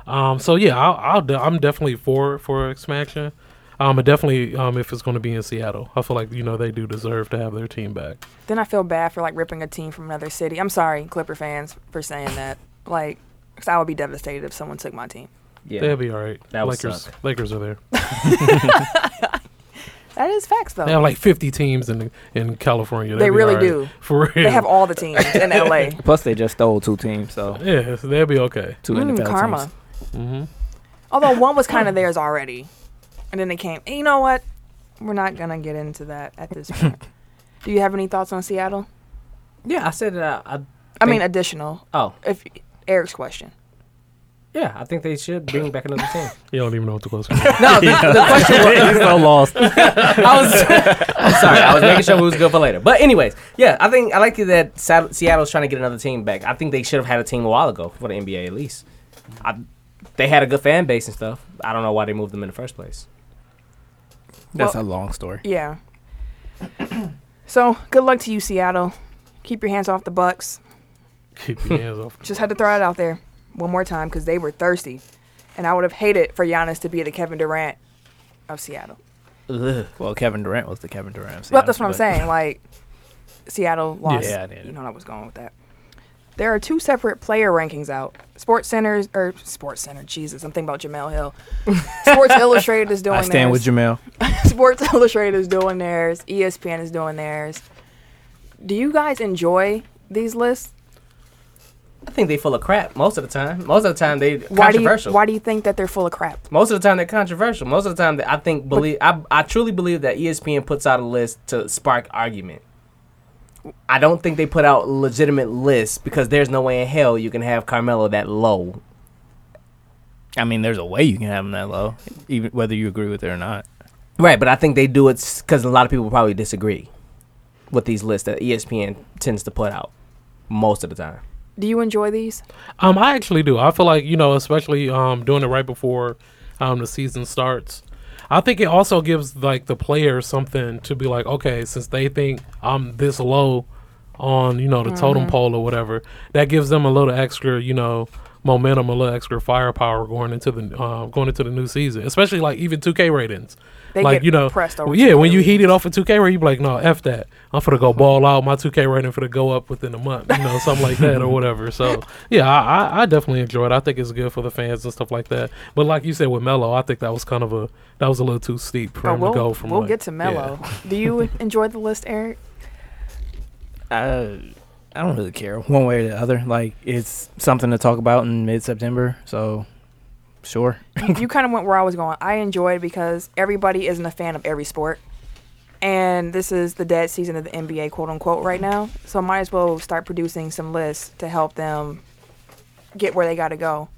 Um, so yeah, I'll, I'll de- I'm definitely for for expansion. Um, and definitely um, if it's going to be in Seattle, I feel like you know they do deserve to have their team back. Then I feel bad for like ripping a team from another city. I'm sorry, Clipper fans, for saying that. Like, 'cause I would be devastated if someone took my team. They'll Yeah. be all right. That would Lakers, suck. Lakers are there. That is facts though. They have like 50 teams in in Oh. California. They They'll be really all do. For real, They have all the teams in LA. Plus, they just stole two teams, so yeah, so Hmm, they'll be okay. two Mm, NFL karma. teams. hmm Although one was kind of theirs already, And then they came. And you know what? We're not gonna get into that at this point. Do you have any thoughts on Seattle? Yeah, I said uh, that. I, I Think- mean, additional. oh, If Eric's question. yeah, I think they should bring back another team. You don't even know what the question is. no, the, the question was. He's so lost. I was I'm sorry. I was making sure we was good for later. But anyways, yeah, I think I like it that Sa- Seattle's trying to get another team back. I think they should have had a team a while ago for the NBA at least. I, they had a good fan base and stuff. I don't know why they moved them in the first place. That's a long story. Yeah. so good luck to you, Seattle. Keep your hands off the Bucks. Keep your hands off. Just had to throw it out there one more time because they were thirsty, and I would have hated for Giannis to be the Kevin Durant of Seattle. Ugh. Well, Kevin Durant was the Kevin Durant. of Well, that's what I'm Seattle, saying. Like Seattle lost. Yeah, yeah. You know what I was going with that. There are two separate player rankings out. Sports Center's or Sports Center. Jesus, I'm thinking about Jamel Hill. Sports Illustrated is but doing. I stand with theirs. Jamel. Sports Illustrated is doing theirs. E ESPN is doing theirs. Do you guys enjoy these lists? I think they full of crap most of the time. Most of the time they Why do you controversial. Why do you think that they're full of crap? most of the time they're controversial. Most of the time, that I think believe I, I truly believe that E ESPN puts out a list to spark argument. I don't think they put out legitimate lists because there's no way in hell you can have Carmelo that low. I mean, there's a way you can have him that low, even whether you agree with it or not. Right, but I think they do it because a lot of people probably disagree with these lists that E ESPN tends to put out most of the time. Do you enjoy these? Um, I actually do. I feel like you know, especially um, doing it right before um the season starts. I think it also gives like the players something to be like, okay, since they think I'm this low on you know the totem pole or whatever, that gives them a little extra, you know, momentum, a little extra firepower going into the uh, going into the new season. Especially like even 2K ratings. They like get you know, pressed over yeah. 2K When you heat it off of 2K, where you be like, no, f that. I'm for to go ball out. My 2K rating for to go up within a month, you know, something like that or whatever. So yeah, I, I, I definitely enjoy it. I think it's good for the fans and stuff like that. But like you said with Melo, I think that was kind of a that was a little too steep for Oh, him we'll to go from. we'll like- get to yeah. Mello. Do you enjoy the list, Eric? I, I don't really care one way or the other. Like, it's something to talk about in mid September, so sure. you, you kind of went where I was going. I enjoy it because everybody isn't a fan of every sport. And this is the dead season of the NBA, quote unquote, right now. So I might as well start producing some lists to help them get where they got to go.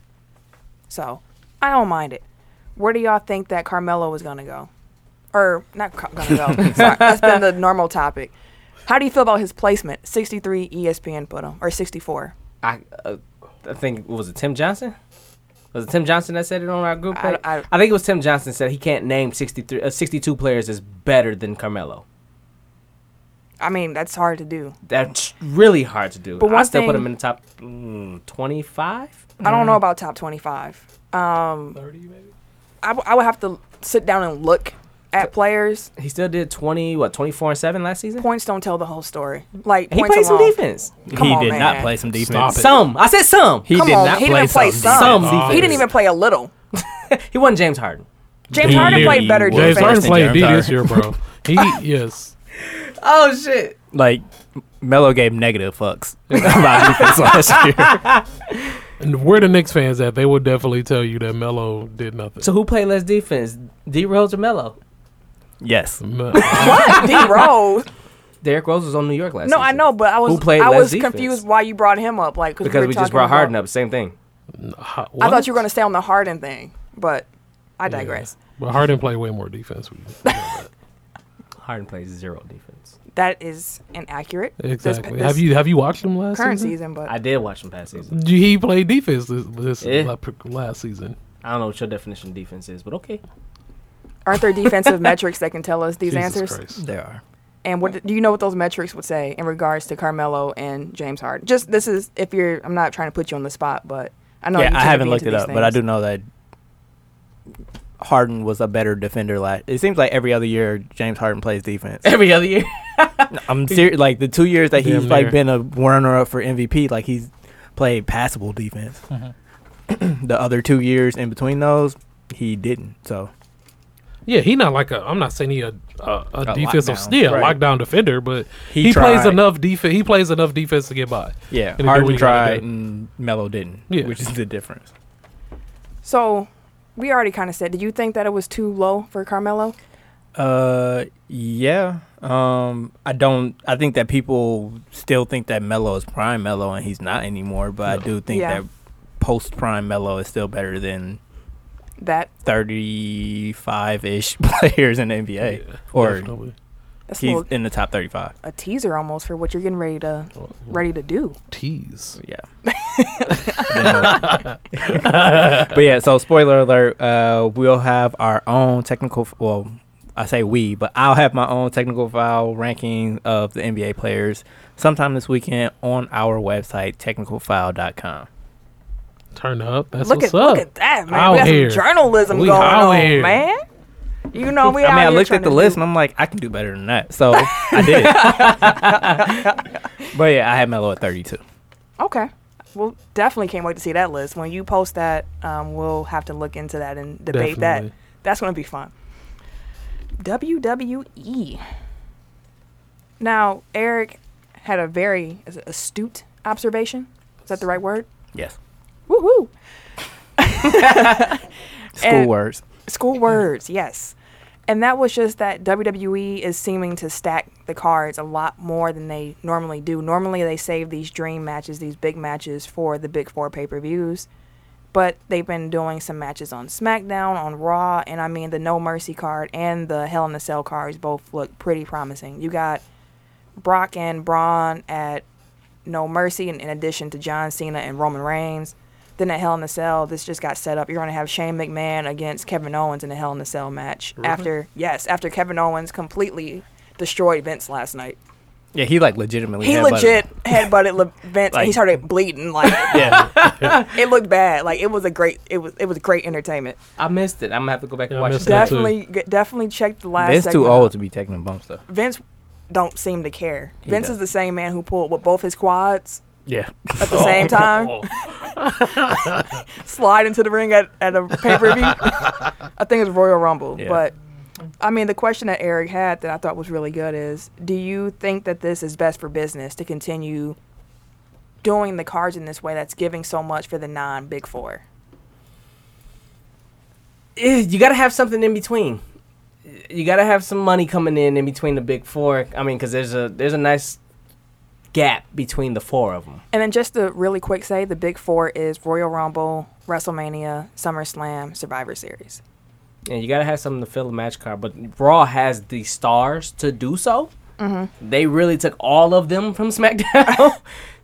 So I don't mind it. Where do y'all think that Carmelo is going to go? Or not co- going to go. Sorry, that's been the normal topic. How do you feel about his placement? E 63 ESPN put him, or 64. I uh, I think was it Tim Johnson? Was it Tim Johnson that said it on our group? I- page? I- think it was Tim Johnson said he can't name 63, uh, 62 players is better than Carmelo. I mean, that's hard to do. That's really hard to do. But But one I still put thing- him in the top mm, twenty five. I don't know about top 25. I, w- I would have to sit down and look at players. He still did twenty what twenty four and seven last season. Points don't tell the whole story. Like he points played some alone. defense. Come he on, did man. not play some defense. Stop it. Some I said some. He, He Come did on, not he play, didn't play some. some. defense. He didn't even play a little. wasn't James Harden. James Harden played better Literally James defense. Harden played Worse than D James this year, bro. He yes. Oh shit! Like, Melo gave negative fucks about defense last year. And where the Knicks fans at, they would definitely tell you that Melo did nothing. So who played less defense? D Rose or Melo? Yes. Me- What? D Rose. Derrick Rose was on New York last. No, season. I know, but I was Who played I less was defense? confused why you brought him up. Like because we, just talking brought Harden about- up. Same thing. Hot- I what? thought you were going to stay on the Harden thing, but I Yeah. digress. But Harden played way more defense. Harden plays zero defense. That is inaccurate. This- Exactly. this have you have you watched him last current season? season? But I did watch him past season. He played defense this, this Yeah. la- last season. I don't know what your definition of defense is, but okay. aren't there defensive metrics that can tell us these answers? Christ. There are. And what do you know what those metrics would say in regards to Carmelo and James Harden? Just this is if you're I'm not trying to put you on the spot, but I know you yeah, I tend to haven't be looked it into up, these but I do things. know that Harden was a better defender last. It seems like every other year James Harden plays defense. Every other year. I'm serious. Like the two years that he's Damn like near. been a runner up for MVP, like he's played passable defense. Mm-hmm. the other two years in between those, he didn't. So Yeah, he not like a. I'm not saying he a a, a A defensive lockdown, yeah right. lockdown defender, but he, He plays tried. enough defense. He plays enough defense to get by. And yeah, he did what Harden he gotta tried do. and Melo didn't, Yeah. which is the difference. So we already kind of said. Did you think that it was too low for Carmelo? Uh, yeah. Um, I don't. I think that people still think that Melo is prime Melo, and he's not anymore. But I do think Yeah. that post prime Melo is still better than That thirty five ish players in the NBA, or Definitely. that's a, he's little- in the top thirty five. a teaser almost for what you're getting ready to Oh, ready to do. tease. Yeah. but yeah, so spoiler alert, uh, we'll have our own technical, f- well, I say we, but I'll have my own technical file ranking of the NBA players sometime this weekend on our website, technicalfile.com. Turn up. That's look what's at up. look at that, man. Out we got here. some journalism We going out on, here. man. You know Oh, we. I out mean, I here looked trying at the to list do- and I'm like, I can do better than that. So I did. but yeah, I had Melo at 32. Okay. Well, definitely can't wait to see that list. When you post that, um, we'll have to look into that and debate Definitely. that. That's going to be fun. WWE. Now, Eric had a very is it astute observation. Is that the right word? Yes. Woo hoo! School And- words. School words, yes. And that was just that WWE is seeming to stack the cards a lot more than they normally do. Normally, they save these dream matches, these big matches for the big four pay per views. But they've been doing some matches on SmackDown, on Raw, and I mean, the No Mercy card and the Hell in a Cell cards both look pretty promising. You got Brock and Braun at No Mercy, in, in addition to John Cena and Roman Reigns. Then at Hell in a Cell, this just got set up. You're going to have Shane McMahon against Kevin Owens in a Hell in a Cell match. After yes, after Kevin Owens completely destroyed Vince last night. Yeah, he like legitimately. He headbutted legit headbutted Le- Vince, and he Like- started bleeding. Like him. Yeah. it looked bad. Like it was a great. It was it was great entertainment. I missed it. I'm gonna have to go back Yeah, I and watch missed it. that. too. definitely, g- definitely check the last. Vince too segment. old to be taking bumps though. Vince don't seem to care. He Vince does. is the same man who pulled with both his quads Yeah. at the same time. Oh, slide into the ring at, at a pay per view. I think it's Royal Rumble. Yeah. But I mean, the question that Eric had that I thought was really good is do you think that this is best for business to continue doing the cards in this way that's giving so much for the non Big Four? Eh, You gotta have something in between. You gotta have some money coming in in between the big four. I mean, because there's a there's a nice gap between the four of them. And then just to really quick say, the Big Four is Royal Rumble, WrestleMania, SummerSlam, Survivor Series. And you gotta have something to fill the match card. But Raw has the stars to do so. Mm-hmm. They really took all of them from SmackDown.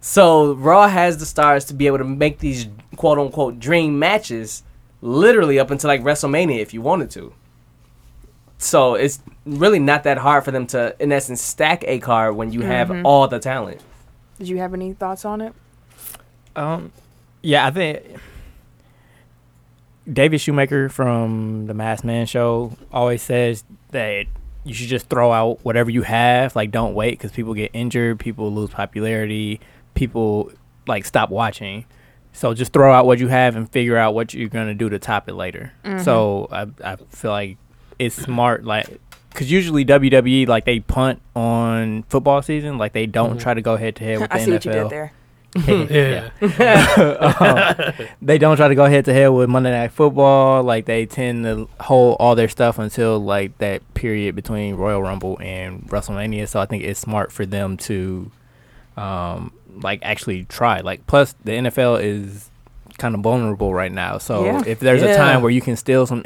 so Raw has the stars to be able to make these quote unquote dream matches literally up until like WrestleMania if you wanted to. So it's really not that hard for them to, in essence, stack a card when you Mm-hmm. have all the talent. Did you have any thoughts on it? Um, yeah, I think David Shoemaker from the Mass Man Show always says that you should just throw out whatever you have. Like, don't wait because people get injured, people lose popularity, people like stop watching. So just throw out what you have and figure out what you're gonna do to top it later. Mm-hmm. So I I feel like it's smart like. Cause usually WWE like they punt on football season, like they don't Mhm. try to go head to head with the I see NFL. what you did there. Yeah. they don't try to go head to head with Monday Night Football. Like they tend to hold all their stuff until like that period between Royal Rumble and WrestleMania. So I think it's smart for them to, um, like actually try. Like plus the NFL is kind of vulnerable right now. So Yeah. if there's Yeah. a time where you can steal some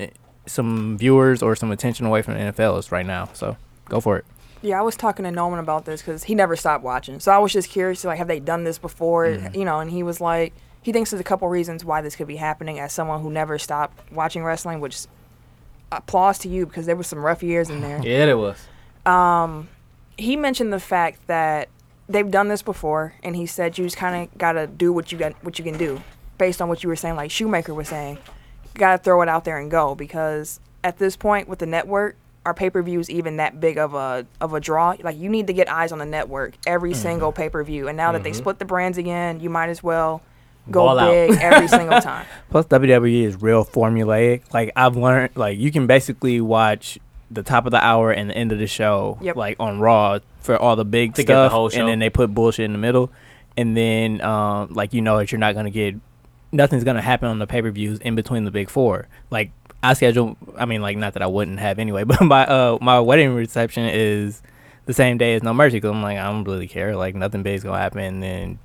some viewers or some attention away from the NFL, it's right now. So go for it. Yeah, I was talking to Noman about this because he never stopped watching. So I was just curious, like, have they done this before? You know, and he was like, he thinks there's a couple reasons why this could be happening as someone who never stopped watching wrestling, which uh, applause to you because there was some rough years in there. Yeah, there was. He mentioned the fact that they've done this before, and he said you just kind of gotta do what you got, what you can do, based on what you were saying, like Shoemaker was saying, you gotta throw it out there and go because at this point with the network. Are pay per views even that big of a of a draw? Like you need to get eyes on the network every Mm-hmm. single pay per view. And now that they split the brands again, you might as well go Ball out. big every single time. Plus, WWE is real formulaic. Like I've learned, like you can basically watch the top of the hour and the end of the show, Yep. like on Raw for all the big To stuff, get the whole show. and then they put bullshit in the middle, and then um, like you know that you're not gonna get nothing's gonna happen on the pay per views in between the big four. Like I schedule, I mean, like not that I wouldn't have anyway, but my uh my wedding reception is the same day as No Mercy because I'm like I don't really care. Like nothing big's gonna happen, and then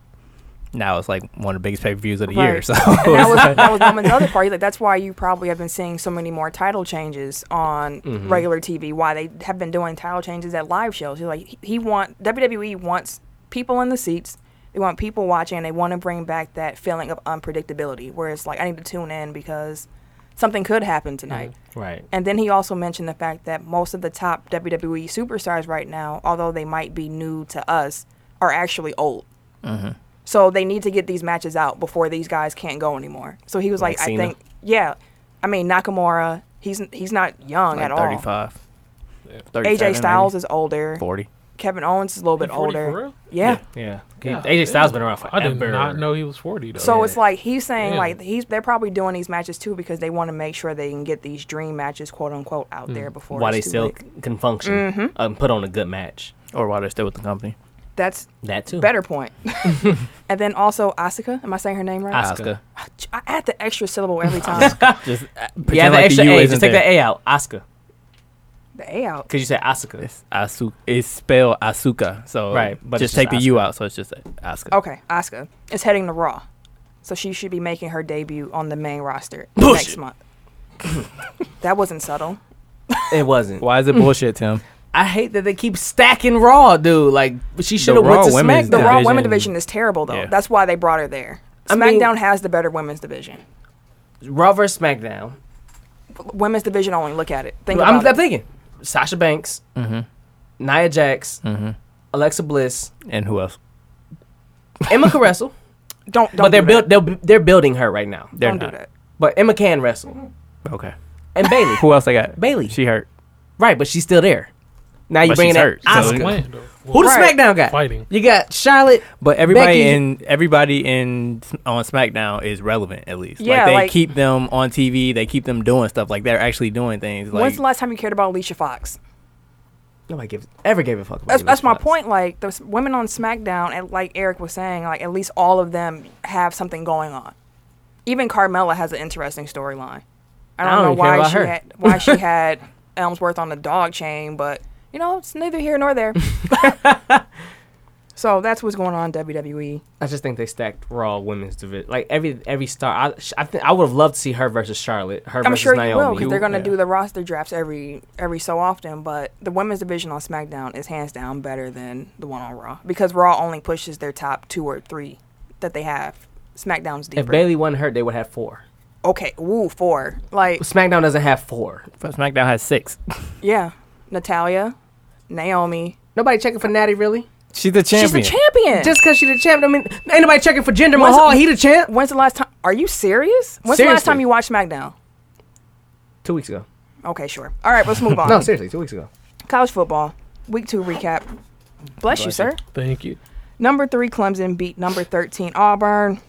now it's like one of the biggest pay per views of the year. Right. So And that was that was Roman's other part. Like that's why you probably have been seeing so many more title changes on regular TV. Why they have been doing title changes at live shows. He's like he, he want WWE wants people in the seats. They want people watching. They want to bring back that feeling of unpredictability, where it's like I need to tune in because something could happen tonight. Right. And then he also mentioned the fact that most of the top WWE superstars right now, although they might be new to us, are actually old. So they need to get these matches out before these guys can't go anymore. So he was like, Like I Cena? think, yeah, I mean Nakamura, he's he's not young like at thirty all. five. AJ Styles is older. forty. Kevin Owens is a little bit He 40 older. for real? Yeah. Yeah, God AJ Styles damn. been around I did forever. not know he was forty though. So it's like he's saying Damn. like he's they're probably doing these matches too because they want to make sure they can get these dream matches quote unquote out there before Why it's they too still late. can function Mm-hmm. and put on a good match. or while they're still with the company. that's That too. Better point. and then also Asuka. Am I saying her name right? Asuka. uh, I add the extra syllable every time. Just yeah, Pretend the like extra the U A. isn't Just take there. that A out. Oscar. the A out. Cause you said Oscar. It's Asu. It's spelled Asuka. So Right, but just it's take just the U out. So it's just Asuka. Okay, Asuka is heading to Raw, so she should be making her debut on the main roster next Bullshit. month. that wasn't subtle. It wasn't. Why is it bullshit, Tim? I hate that they keep stacking Raw, dude. Like she should have Raw went to women's The SmackDown. Raw Division- women division is terrible though. Yeah. That's why they brought her there. I mean- SmackDown has the better women's division. Raw versus SmackDown. Women's division only. Look at it. Think I'm, about I'm it. thinking Sasha Banks, Mm-hmm. Nia Jax, Alexa Bliss, And who else? Emma can wrestle, Don't. don't but they're do build, they're they're building her right now. That. They're Don't do not. that. But Emma can wrestle, Okay. and Bailey, Who else I got? Bailey. She hurt. right? But she's still there. Now you But bringing she's that hurt, so- They're Oscar. playing, though. Who the Right. SmackDown got? Fighting. You got Charlotte. But everybody Becky- in everybody in on SmackDown is relevant at least. Yeah, like they like- keep them on TV. They keep them doing stuff. Like they're actually doing things. Like When's the last time you cared about Alicia Fox? Nobody gives ever gave a fuck about that's, Alicia that's my Fox. point. Like those women on SmackDown, and like Eric was saying, like at least all of them have something going on. Even Carmella has an interesting storyline. I don't, I don't know even care why about she her. had why she had Elmsworth on the dog chain, but you know it's neither here nor there. so that's what's going on in E. WWE. I just think they stacked Raw women's division. Like every every star, I sh- I think I would have loved to see her versus Charlotte. Her I'm versus sure you Naomi. will because they're going to yeah. do the roster drafts every every so often. But the women's division on SmackDown is hands down better than the one on Raw because Raw only pushes their top two or three that they have. SmackDown's deeper. If Bailey wasn't hurt, they would have four. okay, woo, four. Like, SmackDown doesn't have four. but SmackDown has six. yeah, Natalia, Naomi. Nobody checking for Natty really. She's the champion. She's the champion. Just because she the champ, I mean, ain't nobody checking for Jinder When's- Mahal. He the champ. When's the last time? Are you serious? When's the last Seriously. time you watched SmackDown? Two weeks ago. Okay, sure. All right, let's move on. No, seriously, two weeks ago. College football, week two recap. Bless you, sir. Thank you. Number three, Clemson beat number 13, Auburn.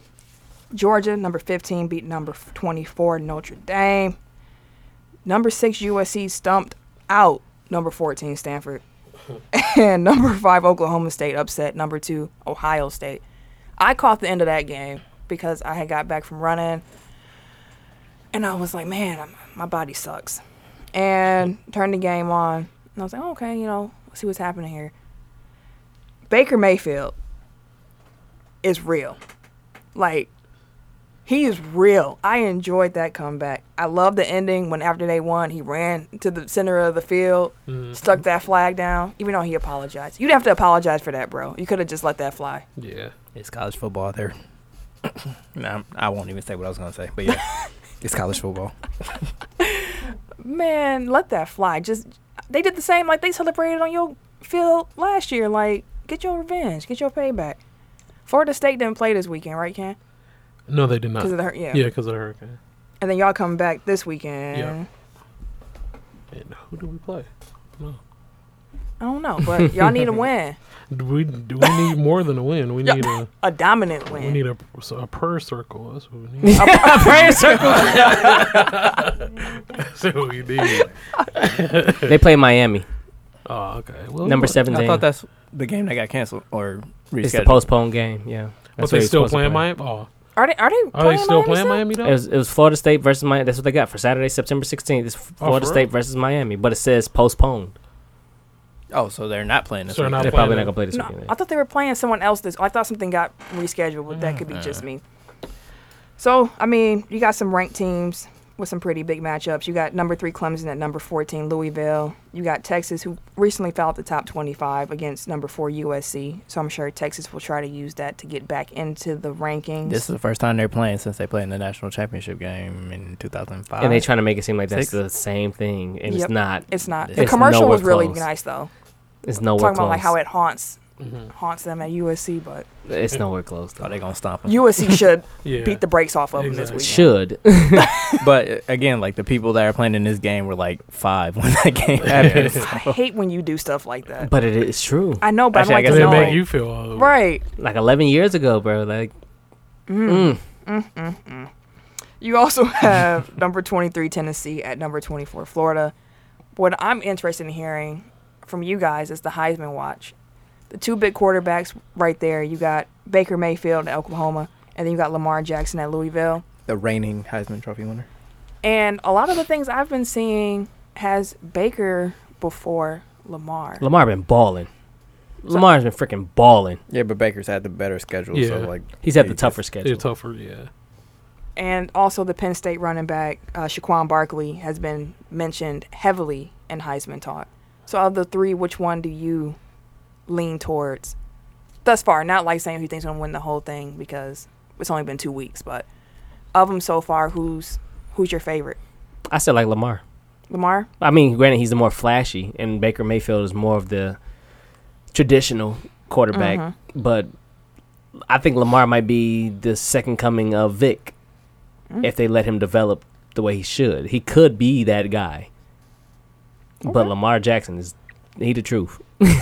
Georgia, number 15, beat number 24, Notre Dame. Number six, USC stumped out number 14, Stanford. and number five, Oklahoma State upset number two, Ohio State. I caught the end of that game because I had got back from running. And I was like, man, I'm, my body sucks. And turned the game on. And I was like, okay, you know, let's see what's happening here. Baker Mayfield is real. Like, he is real. I enjoyed that comeback. I love the ending when after they won, he ran to the center of the field, Mm-hmm. stuck that flag down, even though he apologized. You'd have to apologize for that, bro. You could have just let that fly. Yeah. It's college football. There. nah, I won't even say what I was gonna say. But yeah, it's college football. Man, let that fly. Just they did the same like they celebrated on your field last year. Like, get your revenge, get your payback. Florida State didn't play this weekend, right, Ken? No, they did not. Because of the hur- yeah. yeah, because of the hurricane. And then y'all come back this weekend. Yeah. And who do we play? I don't know, but y'all need a win. Do we do we need more than a win? We need a a dominant we win. need a, a prayer circle. That's what we need. A prayer circle. That's what we need. they play Miami. Oh, okay. Well, Number seven. I seventeen. thought that's the game that got canceled or rescheduled. it's the postponed game. Yeah. That's But they what he's still supposed to playing play. Miami. Oh, Are they? Are they? Are they still Miami playing Miami It though? was, it was Florida State versus Miami. That's what they got for Saturday, September 16th. It's Florida Oh, for State real? versus Miami, but it says postponed. Oh, so they're not playing this. So they're week. not They're playing probably it. not going to play this No, weekend. I thought they were playing someone else. This I thought something got rescheduled, but Mm. that could be Uh. just me. So I mean, you got some ranked teams with some pretty big matchups. You got number three Clemson at number fourteen Louisville. You got Texas, who recently fell out the top twenty-five against number four USC. So I'm sure Texas will try to use that to get back into the rankings. This is the first time they're playing since they played in the national championship game in 2005. And they trying to make it seem like that's Six. the same thing, and Ah. Yep. it's not. it's not. The It's commercial nowhere was really close. nice though. It's nowhere Talking close. about like how it haunts Mhm. haunts them at USC, but it's nowhere close. thought Though. Oh, they gonna stomp them. USC should Yeah. beat the brakes off of them this Exactly. week. Should but uh, again, like the people that are playing in this game were like five when that game happened. I hate when you do stuff like that. but it is true. I know, but Actually, I I'm guess like, Does it it no. make you feel uh, old? Right. Like 11 years ago, bro. Like Mm. mm. Mm, mm, mm. You also have number 23 Tennessee at number 24 Florida. What I'm interested in hearing from you guys is the Heisman watch. The two big quarterbacks right there. You got Baker Mayfield at Oklahoma, and then you got Lamar Jackson at Louisville. the reigning Heisman Trophy winner. And a lot of the things I've been seeing has Baker before Lamar. Lamar been balling. Lamar's been freaking balling. Yeah, but Baker's had the better schedule, so Yeah. like He's had the he tougher just- They're schedule. tougher, yeah. And also the Penn State running back uh, Shaquan Barkley has been mentioned heavily in Heisman talk. So of the three, which one do you lean towards? Thus far, not like saying who you think's gonna win the whole thing because it's only been two weeks, but of them so far, who's who's your favorite? I still like Lamar. Lamar. I mean, granted, he's the more flashy, and Baker Mayfield is more of the traditional quarterback. Mhm. But I think Lamar might be the second coming of Vic Mm. if they let him develop the way he should. He could be that guy. But Okay. Lamar Jackson is he the truth? I'll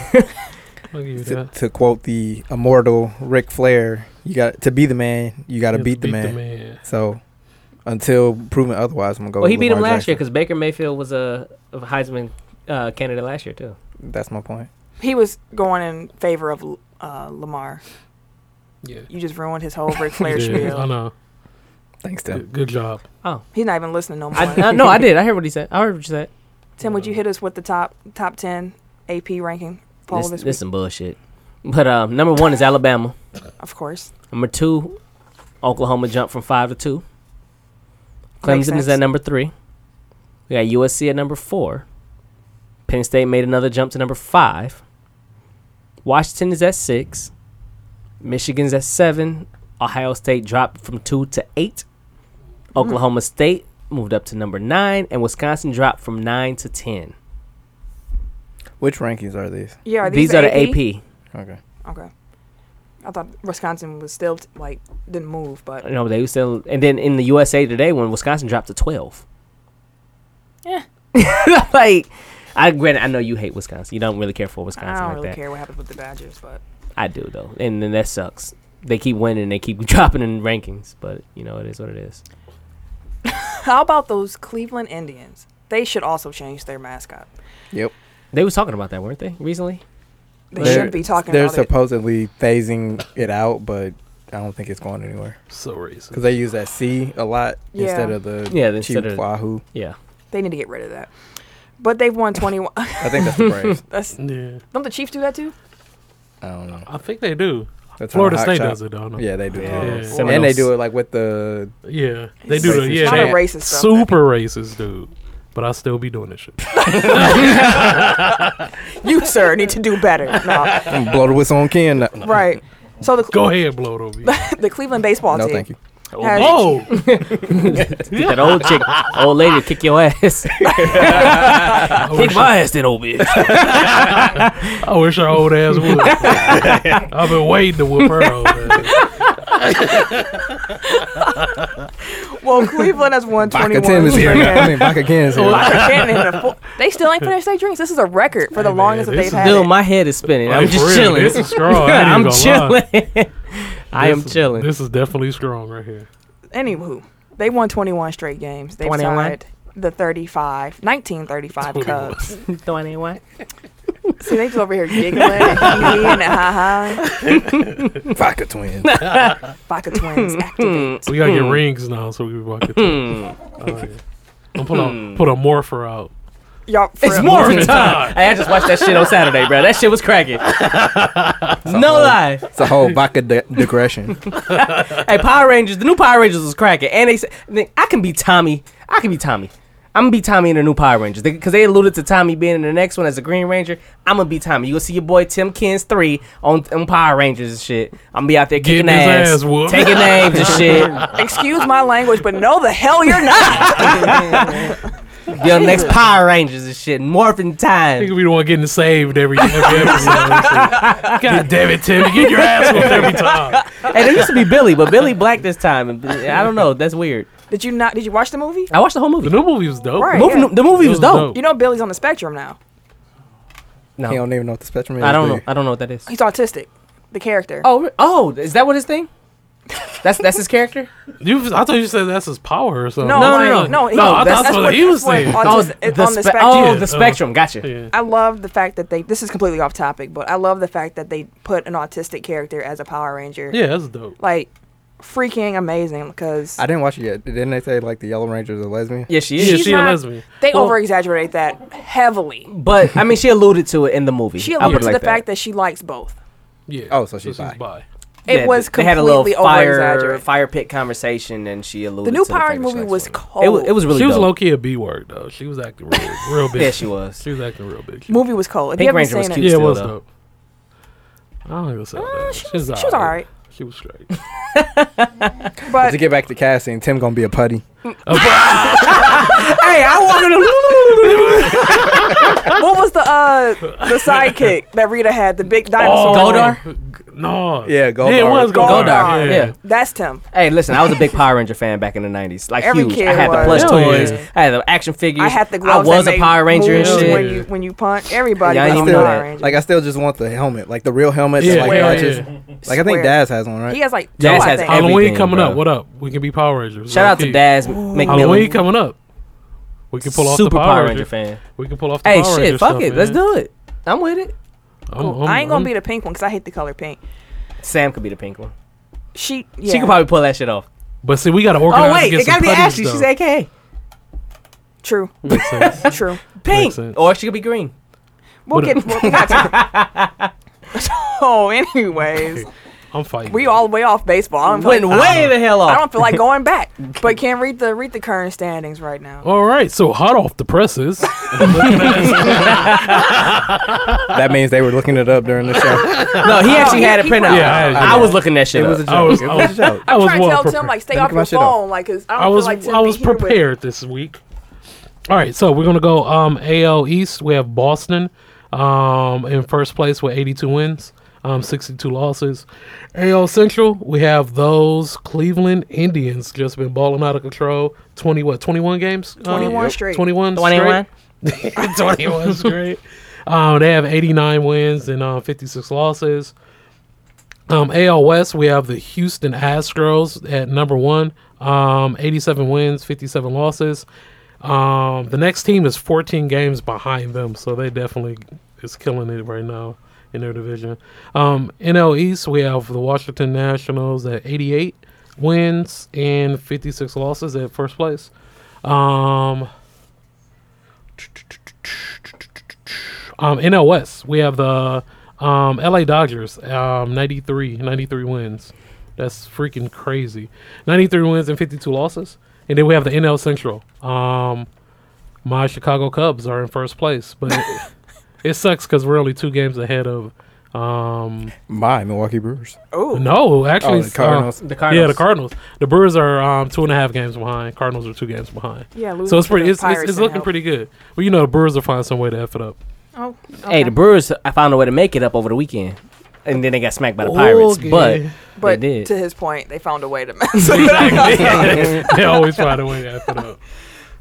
give you to, that. to quote the immortal Ric Flair, you got to be the man. You got to beat the man. So until proven otherwise, I'm gonna go. well, he with beat him Lamar last year Jackson. because Baker Mayfield was a, a Heisman uh, candidate last year too. that's my point. He was going in favor of uh, Lamar. Yeah. You just ruined his whole Ric Flair yeah. I spiel. know. Thanks, Tim. Good, good job. He's not even listening no more. I, uh, no, I did. I heard what he said. I heard what you said. Tim, would you hit us with the top top ten AP ranking poll This, this, this, week? some bullshit. But um, number one is Alabama. Of course. Number two, Oklahoma jumped from five to two. Makes Clemson is at sense. number three. We got USC at number four. Penn State made another jump to number five. Washington is at six. Michigan's at seven. Ohio State dropped from two to eight. Mm-hmm. Oklahoma State moved up to number nine, and Wisconsin dropped from nine to ten. Which rankings are these? Yeah, are These, are the AP. Okay. Okay. I thought Wisconsin was still t- like didn't move, but You know, they were still, and then in the USA Today, when Wisconsin dropped to twelve. Yeah. like, I granted, I know you hate Wisconsin. You don't really care for Wisconsin I don't like really that. care what happens with the Badgers. But I do though, and then that sucks. They keep winning, they keep dropping in rankings, but you know it is what it is. how about those Cleveland Indians? They should also change their mascot. They was talking about that, weren't they, recently? They They're- should be talking They're about it. supposedly phasing it out, but I don't think it's going anywhere So racist. because they use that C a lot Yeah. instead of the Yeah, cheap instead of Wahoo. yeah, They need to get rid of that. But they've won 21. I think that's the Braves. That's, Yeah. don't the Chiefs do that too? I don't know. I think they do. That's Florida how State Hot does Shot- it though. no? Yeah, they do. Yeah. Yeah. Seminoles. And they do it like with the Yeah. They It's do the racist. yeah. Not a they- racist stuff. super racist dude. But I still be doing this shit. You, sir, need to do better. No, I'm blow the whistle on Ken. No, right. So the Go ahead, blow it over you. the Cleveland baseball no team. thank you. Has, Oh, that old chick, old lady, kick your ass, I kick wish, my ass, then old bitch. I wish our old ass would. I've been waiting to whoop her old ass. Well, Cleveland has won Baka 21. Tim is here. now. I mean, Baka Ken is here. Like, they're getting in the full- they still ain't finished their drinks. This is a record for the Hey, man, longest that they've this is- had. Dude, it. my head is spinning. I'm Like, for just real, chilling. This is strong. I ain't even I'm gonna Lie. chilling. I am This is- chilling. This is definitely strong right here. Anywho, they won 21 straight games. They've 21? tied the 35, 1935 Cubs. Don't anyone? See, they just over here giggling and hee-hee and ha Vodka twins. ha. Vodka twins activate. We gotta get rings now, so we can walk it. through. Oh, yeah. I'm put a put a morpher out. Y'all, for It's real. morphin' time. time. hey, I just watched that shit on Saturday, bro. That shit was cracking. no Uh-huh. whole- lie. It's a whole vodka di- digression. Hey, Power Rangers. The new Power Rangers was cracking, and they said Nick, I can be Tommy. I can be Tommy. I'm gonna be Tommy in the new Power Rangers because they alluded to Tommy being in the next one as a Green Ranger. I'm gonna be Tommy. You gonna see your boy Tim Kins three on, on Power Rangers and shit. I'm gonna be out there kicking Getting his ass, ass whooped. taking names and shit. Excuse my language, but no, the hell you're not. Your next Power Rangers and shit. Morphin He time. could be the one getting saved every every episode. God damn it, Timmy, get your ass whooped every time. Hey, there used to be Billy, but Billy black this time. And I don't know. That's weird. did you not? Did you watch the movie? I watched the whole movie. The new movie was dope. Right. The movie, yeah. the movie It was was dope. dope. You know, Billy's on the spectrum now. He No, don't even know what the spectrum is. Oh. I don't do know. I don't know what that is. He's autistic. The character. Oh, re- oh, is that what his thing? That's that's his character. You, I thought you said that's his power or something. no, no, like, no, no, no. he- No, I that's thought what what he was that's what saying. autis- it's on Oh, the spe- spectrum. Oh, Yeah, the uh, spectrum. Gotcha. Yeah. I love the fact that they. This is completely off topic, but I love the fact that they put an autistic character as a Power Ranger. yeah, that's dope. Like, freaking amazing because I didn't watch it yet. Didn't they say like the Yellow Ranger's a lesbian? Yeah, she Yeah, is. She's she a not- lesbian. they well- over exaggerate that heavily. But I mean, she alluded to it in the movie. She I'll put alluded it to like the fact that she likes both. Yeah. Oh, so she's bi. bi. It Yeah, was they completely had a little fire over-exaggerated. fire pit conversation, and she alluded. The new to Power fact that she movie likes was women. cold. It was, it was really. she was dope. low key a B word though. She was acting real, real big. Yeah, she was. She was acting real big. movie was cold. If Pink you haven't Ranger was seen cute. it, yeah, it still, was though. dope. I don't think so. Uh, she was- she was alright. She was straight. To but get back to casting, Tim gonna be a putty. hey, I wanted to. what was the uh the sidekick that Rita had? The big Oh, dinosaur. Goldar? Oh, No. Yeah, Goldar. Yeah, it was Goldar. Goldar, Yeah. yeah. That's Tim. Hey, listen, I was a big Power Ranger fan back in the '90s. Like Every huge. kid I had the was. plush Hell toys. yeah. I had the action figures. I had the gloves. I was that a made Power Ranger and moves shit. When Yeah. you when you punch, everybody Yeah, I was ain't Still, a even know Power that. Ranger. like I still just want the helmet, like the real helmet. Yeah, Yeah, like, yeah, matches. yeah. like I think Swear. Daz has one, right? he has like two. Jazz I has think. every- Halloween Everything, coming bro. up. What up? We can be Power Rangers. Shout out Low to key. Daz Halloween McMillan. coming up. We can pull off Super the Power Ranger fan. We can pull off the Hey, Power shit, Ranger fuck stuff, it, man. let's do it. I'm with it. I'm, I'm, I ain't gonna I'm- be the pink one because I hate the color pink. Sam could be the pink one. She yeah. She could probably pull that shit off. But see, we gotta Oh organize. wait, it gotta be Ashley. She's like, AKA true. True. pink, sense. or she could be green. We'll What get. We'll, we got to. so, anyways, I'm fighting. we all way off baseball. I don't, feel Went like, way the hell I off. don't feel like going back, but can't read the read the current standings right now. All right, so hot off the presses. That means they were looking it up during the show. No, he actually he- had it he printed printed out. Yeah, I- I, was looking that shit it up. was a joke. I was- it I was a joke. I I'm was trying to well tell prepared. Tim like stay Let me off get your my shit off. phone, like 'cause I don't I was feel like Tim I was be here with- prepared this week. All right, so we're gonna go um, AL East. We have Boston um, in first place with 82 wins, um, 62 losses. AL Central, we have those Cleveland Indians just been balling out of control. 20 what? 21 games? Uh, 21 Yep. straight. 21 21. straight. 21 straight. Um, they have 89 wins and uh, 56 losses. Um, AL West, we have the Houston Astros at number one, um, 87 wins, 57 losses. Um, the next team is 14 games behind them, so they definitely is killing it right now in their division. Um, NL East, we have the Washington Nationals at 88 wins and 56 losses at first place. Um, um, NL West, we have the um, LA Dodgers, um, 93, 93 wins. That's freaking crazy. 93 wins and 52 losses. And then we have the NL Central. Um, my Chicago Cubs are in first place, but it, it sucks because we're only two games ahead of. Um, My Milwaukee Brewers. Ooh, no, actually, Oh, the Cardinals. The uh, yeah, the Cardinals. The Brewers are um, two and a half games behind. Cardinals are two games behind. yeah. losing So it's to pretty. the It's, it's, Pirates it's didn't looking help. pretty good. Well, you know, the Brewers are finding some way to f it up. Oh, Hey, the Brewers. I found a way to make it up over the weekend, and then they got smacked by the Pirates. Okay. But but did. to his point, they found a way to mess it up. exactly. they always find a way to f it up.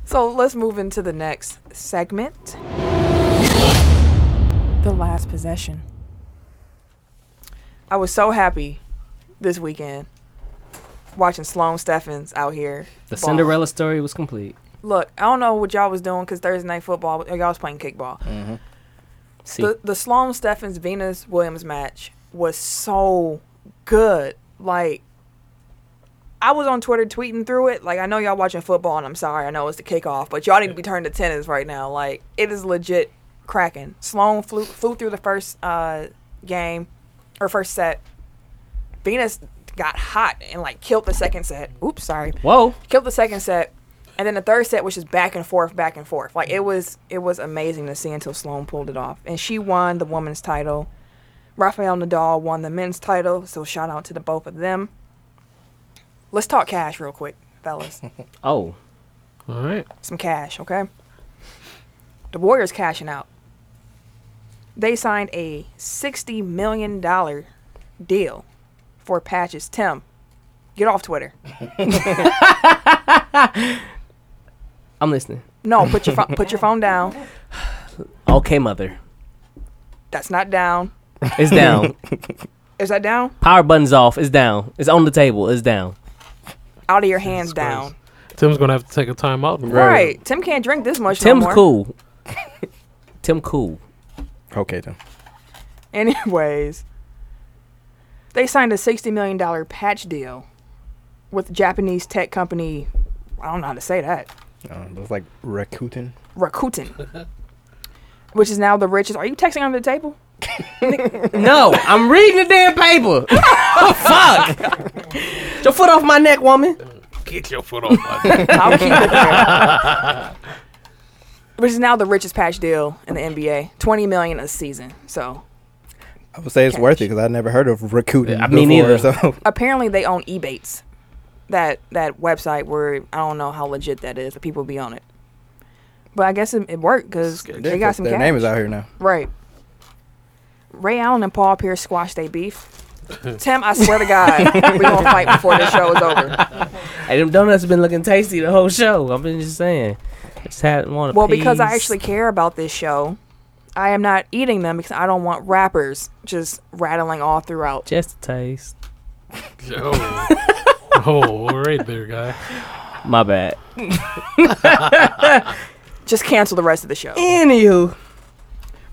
So let's move into the next segment. The last possession. I was so happy this weekend watching Sloane Stephens out here. The ball. Cinderella story was complete. Look, I don't know what y'all was doing because Thursday night football, y'all was playing kickball. See, The, the Sloan Stephens Venus Williams match was so good. Like, I was on Twitter tweeting through it. Like, I know y'all watching football, and I'm sorry. I know it's the kickoff, but y'all need to be turned to tennis right now. Like, it is legit cracking. Sloan flew, flew through the first uh, game, or first set. Venus got hot and, like, killed the second set. Oops, sorry whoa, killed the second set and then the third set was just back and forth back and forth like it was it was amazing to see until sloan pulled it off and she won the women's title rafael nadal won the men's title so shout out to the both of them let's talk cash real quick fellas oh, All right. some cash okay the warriors cashing out they signed a $60 million deal for patches tim get off twitter I'm listening. no put your, pho- put your phone down Okay, mother, that's not down it's down. Is that down? Power button's off. It's down. It's on the table. It's down. Out of your hands Christ. down. Tim's gonna have to take a time out. Right. Tim can't drink this much. no Tim's more. cool. Tim cool. Okay then. Anyways, they signed a $60 million patch deal with Japanese tech company. I don't know how to say that. Uh, looks like Rakuten. Rakuten. Which is now the richest. Are you texting under the table? No, I'm reading the damn paper. Fuck. Get Your foot off my neck, woman. Get your foot off my I'll keep it there. Which is now the richest patch deal in the NBA. 20 million a season. So I would say it's Cash. worth it because I never heard of Rakuten. Yeah, me before, neither. So apparently they own Ebates, that that website where I don't know how legit that is, but people be on it. But I guess it, it worked because they got some their cash. name is out here now. Right. Ray Allen and Paul Pierce squashed their beef. Tim, I swear to God, we're gonna fight before this show is over. Hey, them donuts have been looking tasty the whole show. I've been just saying. Just had one. Well, because I actually care about this show, I am not eating them because I don't want rappers just rattling all throughout. just a taste. Yo. Oh, right there, guy. My bad. Just cancel the rest of the show. Anywho,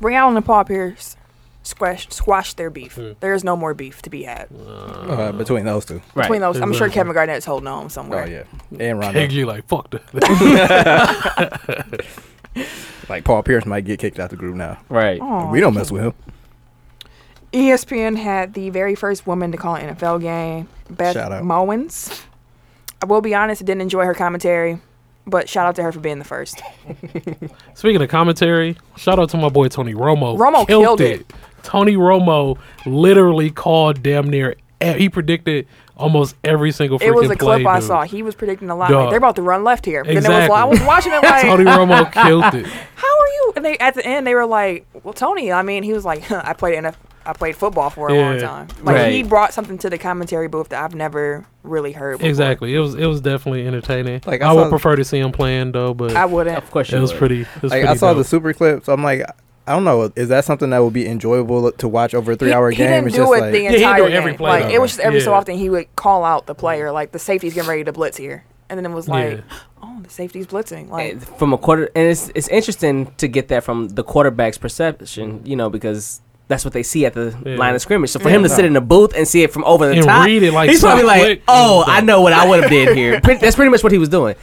Ray Allen and Paul Pierce squashed squashed their beef. Hmm. There is no more beef to be had. Uh, between those two. between those. I'm sure Exactly. Kevin Garnett's holding on Oh somewhere. yeah, and Right. Rondo. you like fuck that. Like Paul Pierce might get kicked out the group now. Right. Aw. we don't mess with him. E ESPN had the very first woman to call an NFL game, Beth Shout out. Mowens. I will be honest, I didn't enjoy her commentary, but shout out to her for being the first. Speaking of commentary, shout out to my boy Tony Romo. Romo killed it. Tony Romo literally called damn near. e- He predicted almost every single. Freaking It was a clip play, I dude. saw. He was predicting a lot. Like, Duh. they're about to run left here. Then it was, Exactly. I was watching it like, Tony Romo killed it. how are you? And they at the end they were like, well, Tony. I mean, he was like, I played NFL. I played football for a long Yeah. time. Like he Right. brought something to the commentary booth that I've never really heard. Before. Exactly. It was it was definitely entertaining. Like, Like I I, saw- would prefer to see him playing though, but I wouldn't. Of course it you was would. pretty. It was Like pretty I saw dope. the super clips. I'm like, I don't know. Is that something that would be enjoyable to watch over a three hour he, game? He didn't it's do just it like, the he didn't do entire it every game. play, Like though. it was just every so Yeah. often he would call out the player, like the safety's getting ready to blitz here, and then it was like, Yeah. oh, the safety's blitzing. Like And Eh, From a quarter, and it's it's interesting to get that from the quarterback's perception, you know, because that's what they see at the Yeah. line of scrimmage. So for Yeah. him to sit in the booth and see it from over the And top, read it like he's probably something like, quick. "Oh, I know what I would have did here." Pretty- that's pretty much what he was doing.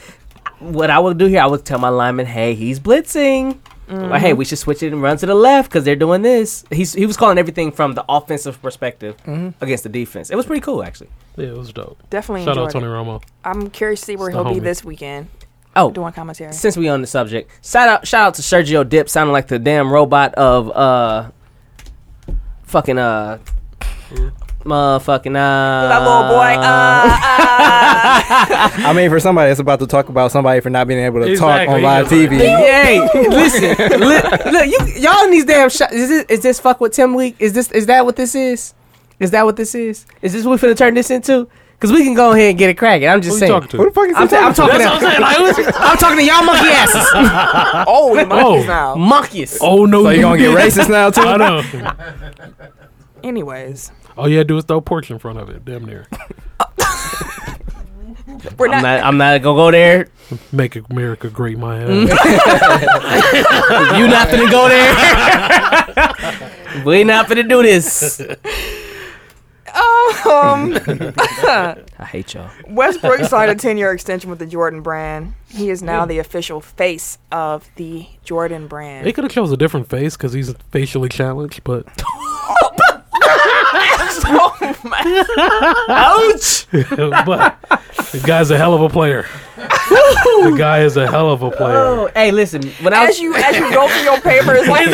What I would do here, I would tell my lineman, "Hey, he's blitzing. Like, Mm-hmm. hey, we should switch it and run to the left because they're doing this." He's he was calling everything from the offensive perspective Mm-hmm. against the defense. It was pretty cool, actually. Yeah, it was dope. definitely Shout out enjoyed. Tony it. Romo. I'm curious to see where It's he'll the be homie. this weekend Oh, doing commentary. since we on the subject, shout out shout out to Sergio Dip sounding like the damn robot of uh fucking uh motherfucking Mm-hmm. uh that little boy. Uh, uh, I mean, for somebody that's about to talk about somebody for not being able to talk Exactly. on live He's TV. Hey, listen, li- look, you, y'all in these damn shots. Is this, is this fuck with Tim Week? Is this is that what this is? Is that what this is? Is this what we finna turn this into? Cause we can go ahead and get it cracking. I'm just Who you saying. talking Who the to? fuck is I'm, this? ta- I'm talking? talking. I'm talking, I'm talking to y'all monkey asses, oh, the monkeys Oh. now. monkeys. Oh no, So you you gonna get did. racist now too? I know. Anyways, All you had to do is throw porch in front of it. Damn near. We're I'm not. not. I'm not gonna go there. Make America great, my Mm. ass. you not gonna go there. we not gonna do this. Um, I hate y'all. Westbrook signed a 10 year extension with the Jordan brand. He is now the official face of the Jordan brand. They could have chose a different face because he's facially challenged, but oh my. but the guy's a hell of a player. the guy is a hell of a player. Oh, hey, listen. When I As was, you as you go through your papers, like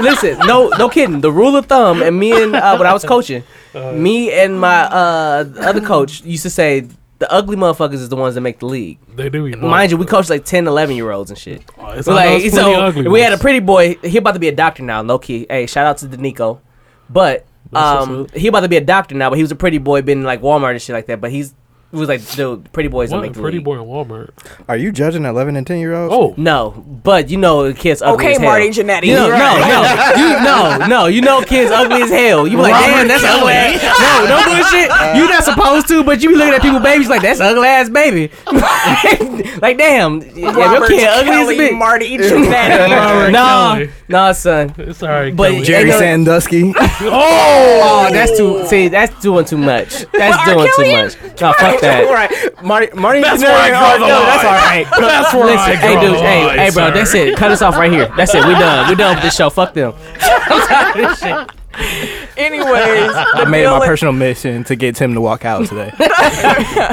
listen, no, no kidding. The rule of thumb, and me and uh, when I was coaching, Uh-huh. me and my uh, other coach used to say the ugly motherfuckers is the ones that make the league. They do. You know. Mind you, we coached like 10, 11 year olds and shit. Oh, Mm-hmm. it's- I know like it's so plenty ugly we had a ones. pretty boy he about to be a doctor now low key hey shout out to Danico but That's um what's he about to be a doctor now but he was a pretty boy been in, like Walmart and shit like that but he's he was like dude pretty boys don't What? make the pretty league. boy in Walmart. Are you judging 11 and 10 year olds? Oh, no but you know kids ugly okay, as hell. Marty Jannetty. you know, you're no, right. no, you, no, no. You know, kids ugly as hell. You be like, damn, that's ugly. ass. No, no bullshit. you not supposed to, but you be looking at people, babies, like that's ugly ass baby. like, damn, yeah, your Robert kid ugly as a Kelly, bitch. Marty Jannetty. Robert No, Kelly. no, son. it's all right. But Kelly. Jer- Jerry Ain't no- Sandusky. Oh, that's too. See, that's doing too much. That's doing too much. No, fuck that. right. Marty, Marty That's Jannetty where I draw and- the oh, no, line. That's all right. that's where I Listen, hey, draw dude, the hey, line, hey, bro, sir. that's it. Cut us off right here. That's it. We done. We done with this show. Fuck them. Anyways, I made it my Dylan- personal mission to get Tim to walk out today.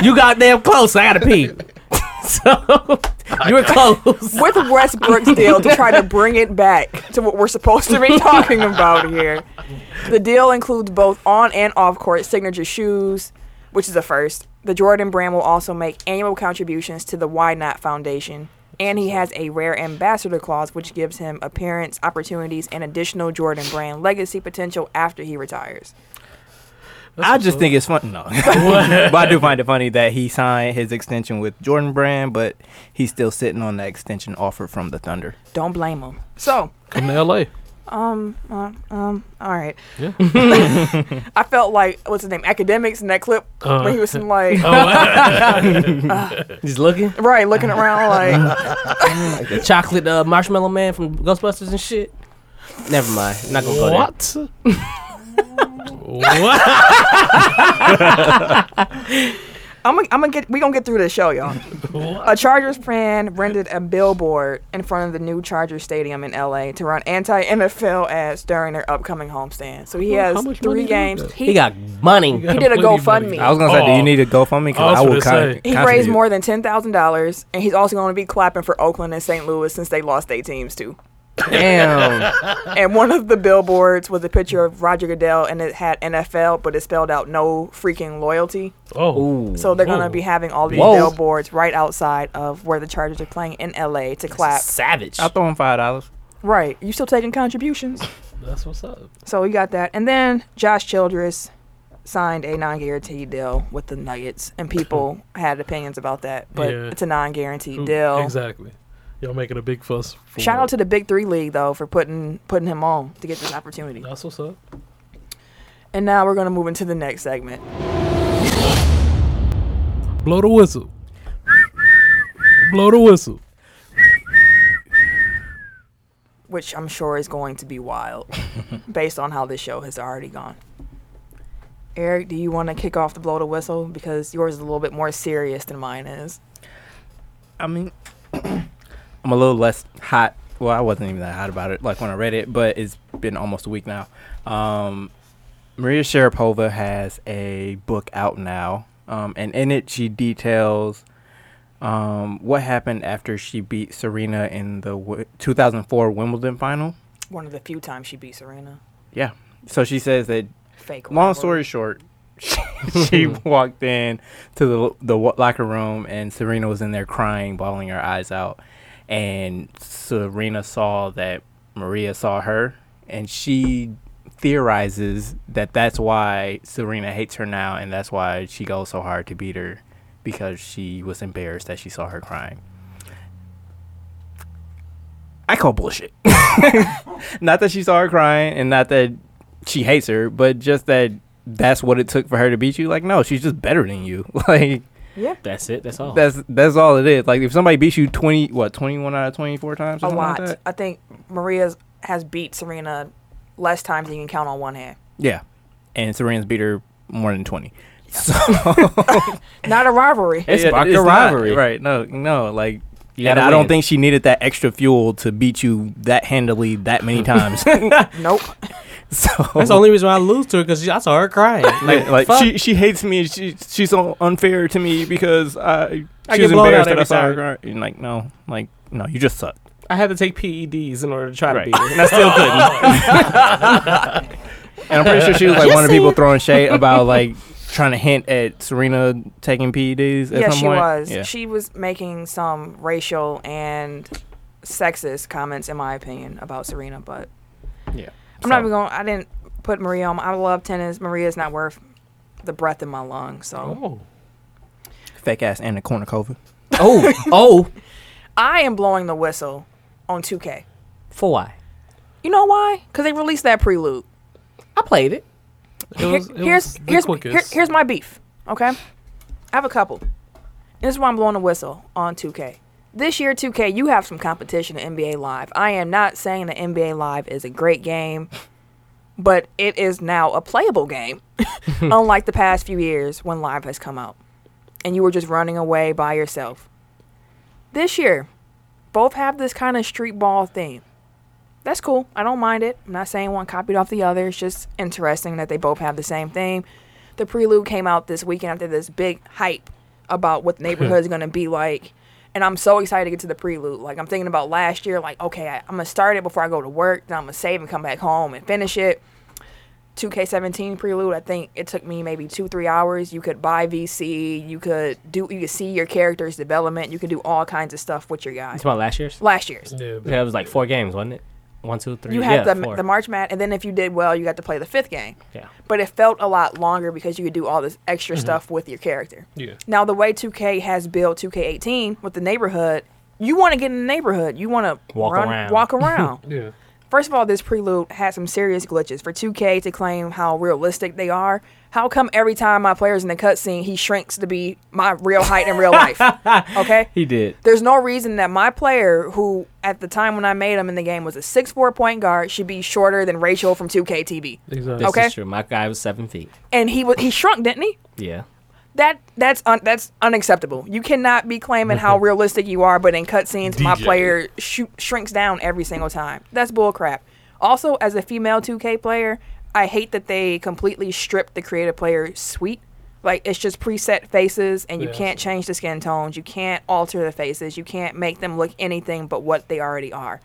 You got damn close. I gotta pee. so you were close. with Westbrook's deal to try to bring it back to what we're supposed to be talking about here. The deal includes both on and off court signature shoes, which is a first. The Jordan brand will also make annual contributions to the Why Not Foundation. And he has a rare ambassador clause, which gives him appearance opportunities and additional Jordan brand legacy potential after he retires. I just think it's funny. No, but I do find it funny that he signed his extension with Jordan Brand, but he's still sitting on that extension offer from the Thunder. Don't blame him. So, come to L.A. um, uh, um, all right. Yeah. I felt like what's his name, academics in that clip Uh, when he was in like Oh, Just looking. Right, looking around like Like the chocolate uh, marshmallow man from Ghostbusters and shit. Never mind. not gonna go there. What? what? I'm gonna, I'm gonna get we gonna get through this show, y'all. What? A Chargers fan rented a billboard in front of the new Chargers stadium in LA to run anti-NFL ads during their upcoming homestand. So he How has much money three did he games. get? He, He got money. he did a Plenty of money. GoFundMe. I was gonna say, do Oh. you need to go for I me? was Because I, will gonna kind say. he raised more than ten thousand dollars, and he's also going to be clapping for Oakland and St. Louis since they lost their teams too. Um, Damn. and one of the billboards was a picture of Roger Goodell, and it had NFL, but it spelled out no freaking loyalty. Oh, So they're going to Whoa. be having all these Whoa. billboards right outside of where the Chargers are playing in LA to clap. Savage. I'll throw him five dollars. Right. You still taking contributions. that's what's up. So you got that. And then Josh Childress signed a non-guaranteed deal with the Nuggets and people had opinions about that, but Yeah. it's a non-guaranteed deal. Exactly. Y'all making a big fuss. For Shout out to the Big 3 league though for putting putting him on to get this opportunity. That's what's up. And now we're going to move into the next segment. Blow the whistle. Blow the whistle. which I'm sure is going to be wild based on how this show has already gone. Eric, do you want to kick off the blow the whistle? Because yours is a little bit more serious than mine is. I mean, I'm a little less hot. Well, I wasn't even that hot about it, like when I read it, but it's been almost a week now. Um, Maria Sharapova has a book out now, um, and in it she details um, what happened after she beat Serena in the w- 2004 Wimbledon final. One of the few times she beat Serena. Yeah. So she says that Fake. Long rivalry. story short, she, she walked in to the the wa- locker room and Serena was in there crying, bawling her eyes out, and Serena saw that Maria saw her, and she theorizes that that's why Serena hates her now, and that's why she goes so hard to beat her because she was embarrassed that she saw her crying. I call bullshit. not that she saw her crying, and not that she hates her, but just that that's what it took for her to beat you. Like, no, she's just better than you. Like, Yeah. That's it. Oh. That's all. That's that's all it is. Like if somebody beats you twenty, what twenty one out of twenty four times, A something like lot. that? I think Maria's has beat Serena less times than you can count on one hand. Yeah. And Serena's beat her more than 20. Not a rivalry. it Yeah, sparked a not- rivalry. right. No, no. Like, You gotta and I don't win. think she needed that extra fuel to beat you that handily that many times. nope. so That's the only reason why I lose to her because I saw her crying. like, like fuck. she she hates me. and She she's so unfair to me because I I she get was blown out embarrassed every that I saw her. time. cry. And like no, like no, you just suck. I had to take E PEDs in order to try Right. to beat her, and I still couldn't. And I'm pretty sure she was like one of the people throwing shade about like trying to hint at Serena taking PEDs. At yeah, some she point. was. Yeah. She was making some racial and sexist comments, in my opinion, about Serena. But Yeah. I'm not So- even going. to I didn't put Maria on. my- I love tennis. Maria's not worth the breath in my lungs. So Oh. fake ass and the cornucopia. Oh, oh, I am blowing the whistle on 2K. For why? You know why? Because they released that prelude. I played it. It was, it here's was here's the here, quickest. here's my beef. Okay, I have a couple. And this is why I'm blowing the whistle on 2K. This year, 2K, you have some competition in NBA Live. I am not saying that NBA Live is a great game, but it is now a playable game, unlike the past few years when Live has come out and you were just running away by yourself. This year, both have this kind of street ball theme. That's cool. I don't mind it. I'm not saying one copied off the other. It's just interesting that they both have the same thing. The prelude came out this weekend after this big hype about what the neighborhood's going to be like. And I'm so excited to get to the prelude. Like, I'm thinking about last year, like, okay, I, I'm going to start it before I go to work. Then I'm going to save and come back home and finish it. 2K17 prelude, I think it took me maybe two, three hours. You could buy VC. You could do, you could see your character's development. You could do all kinds of stuff with your guy. It's about last year's. Last year's. Yeah, Yeah, it was like four games, wasn't it? One, two, three. You yeah, had the four. the March mat, and then if you did well, you got to play the fifth game. yeah. Mm-hmm. But it felt a lot longer because you could do all this extra stuff with your character. yeah. Now the way 2K has built 2K18 with the neighborhood, you want to get in the neighborhood. You want to Walk around. Walk around. Yeah. First of all, this prelude had some serious glitches. For 2K to claim how realistic they are, how come every time my player's in the cutscene, he shrinks to be my real height in real life? Okay. He did. There's no reason that my player, who at the time when I made him in the game was a six four point guard, should be shorter than Rachel from 2K TV. Exactly. This Okay. is true. My guy was seven feet. And he was he shrunk, didn't he? Yeah. That that's un, that's unacceptable. You cannot be claiming how realistic you are, but in cutscenes, my DJ. player shoo- shrinks down every single time. That's bullcrap. Also, as a female 2K player, I hate that they completely stripped the creative player suite. Like it's just preset faces, and you Yeah. can't change the skin tones. You can't alter the faces. You can't make them look anything but what they already are.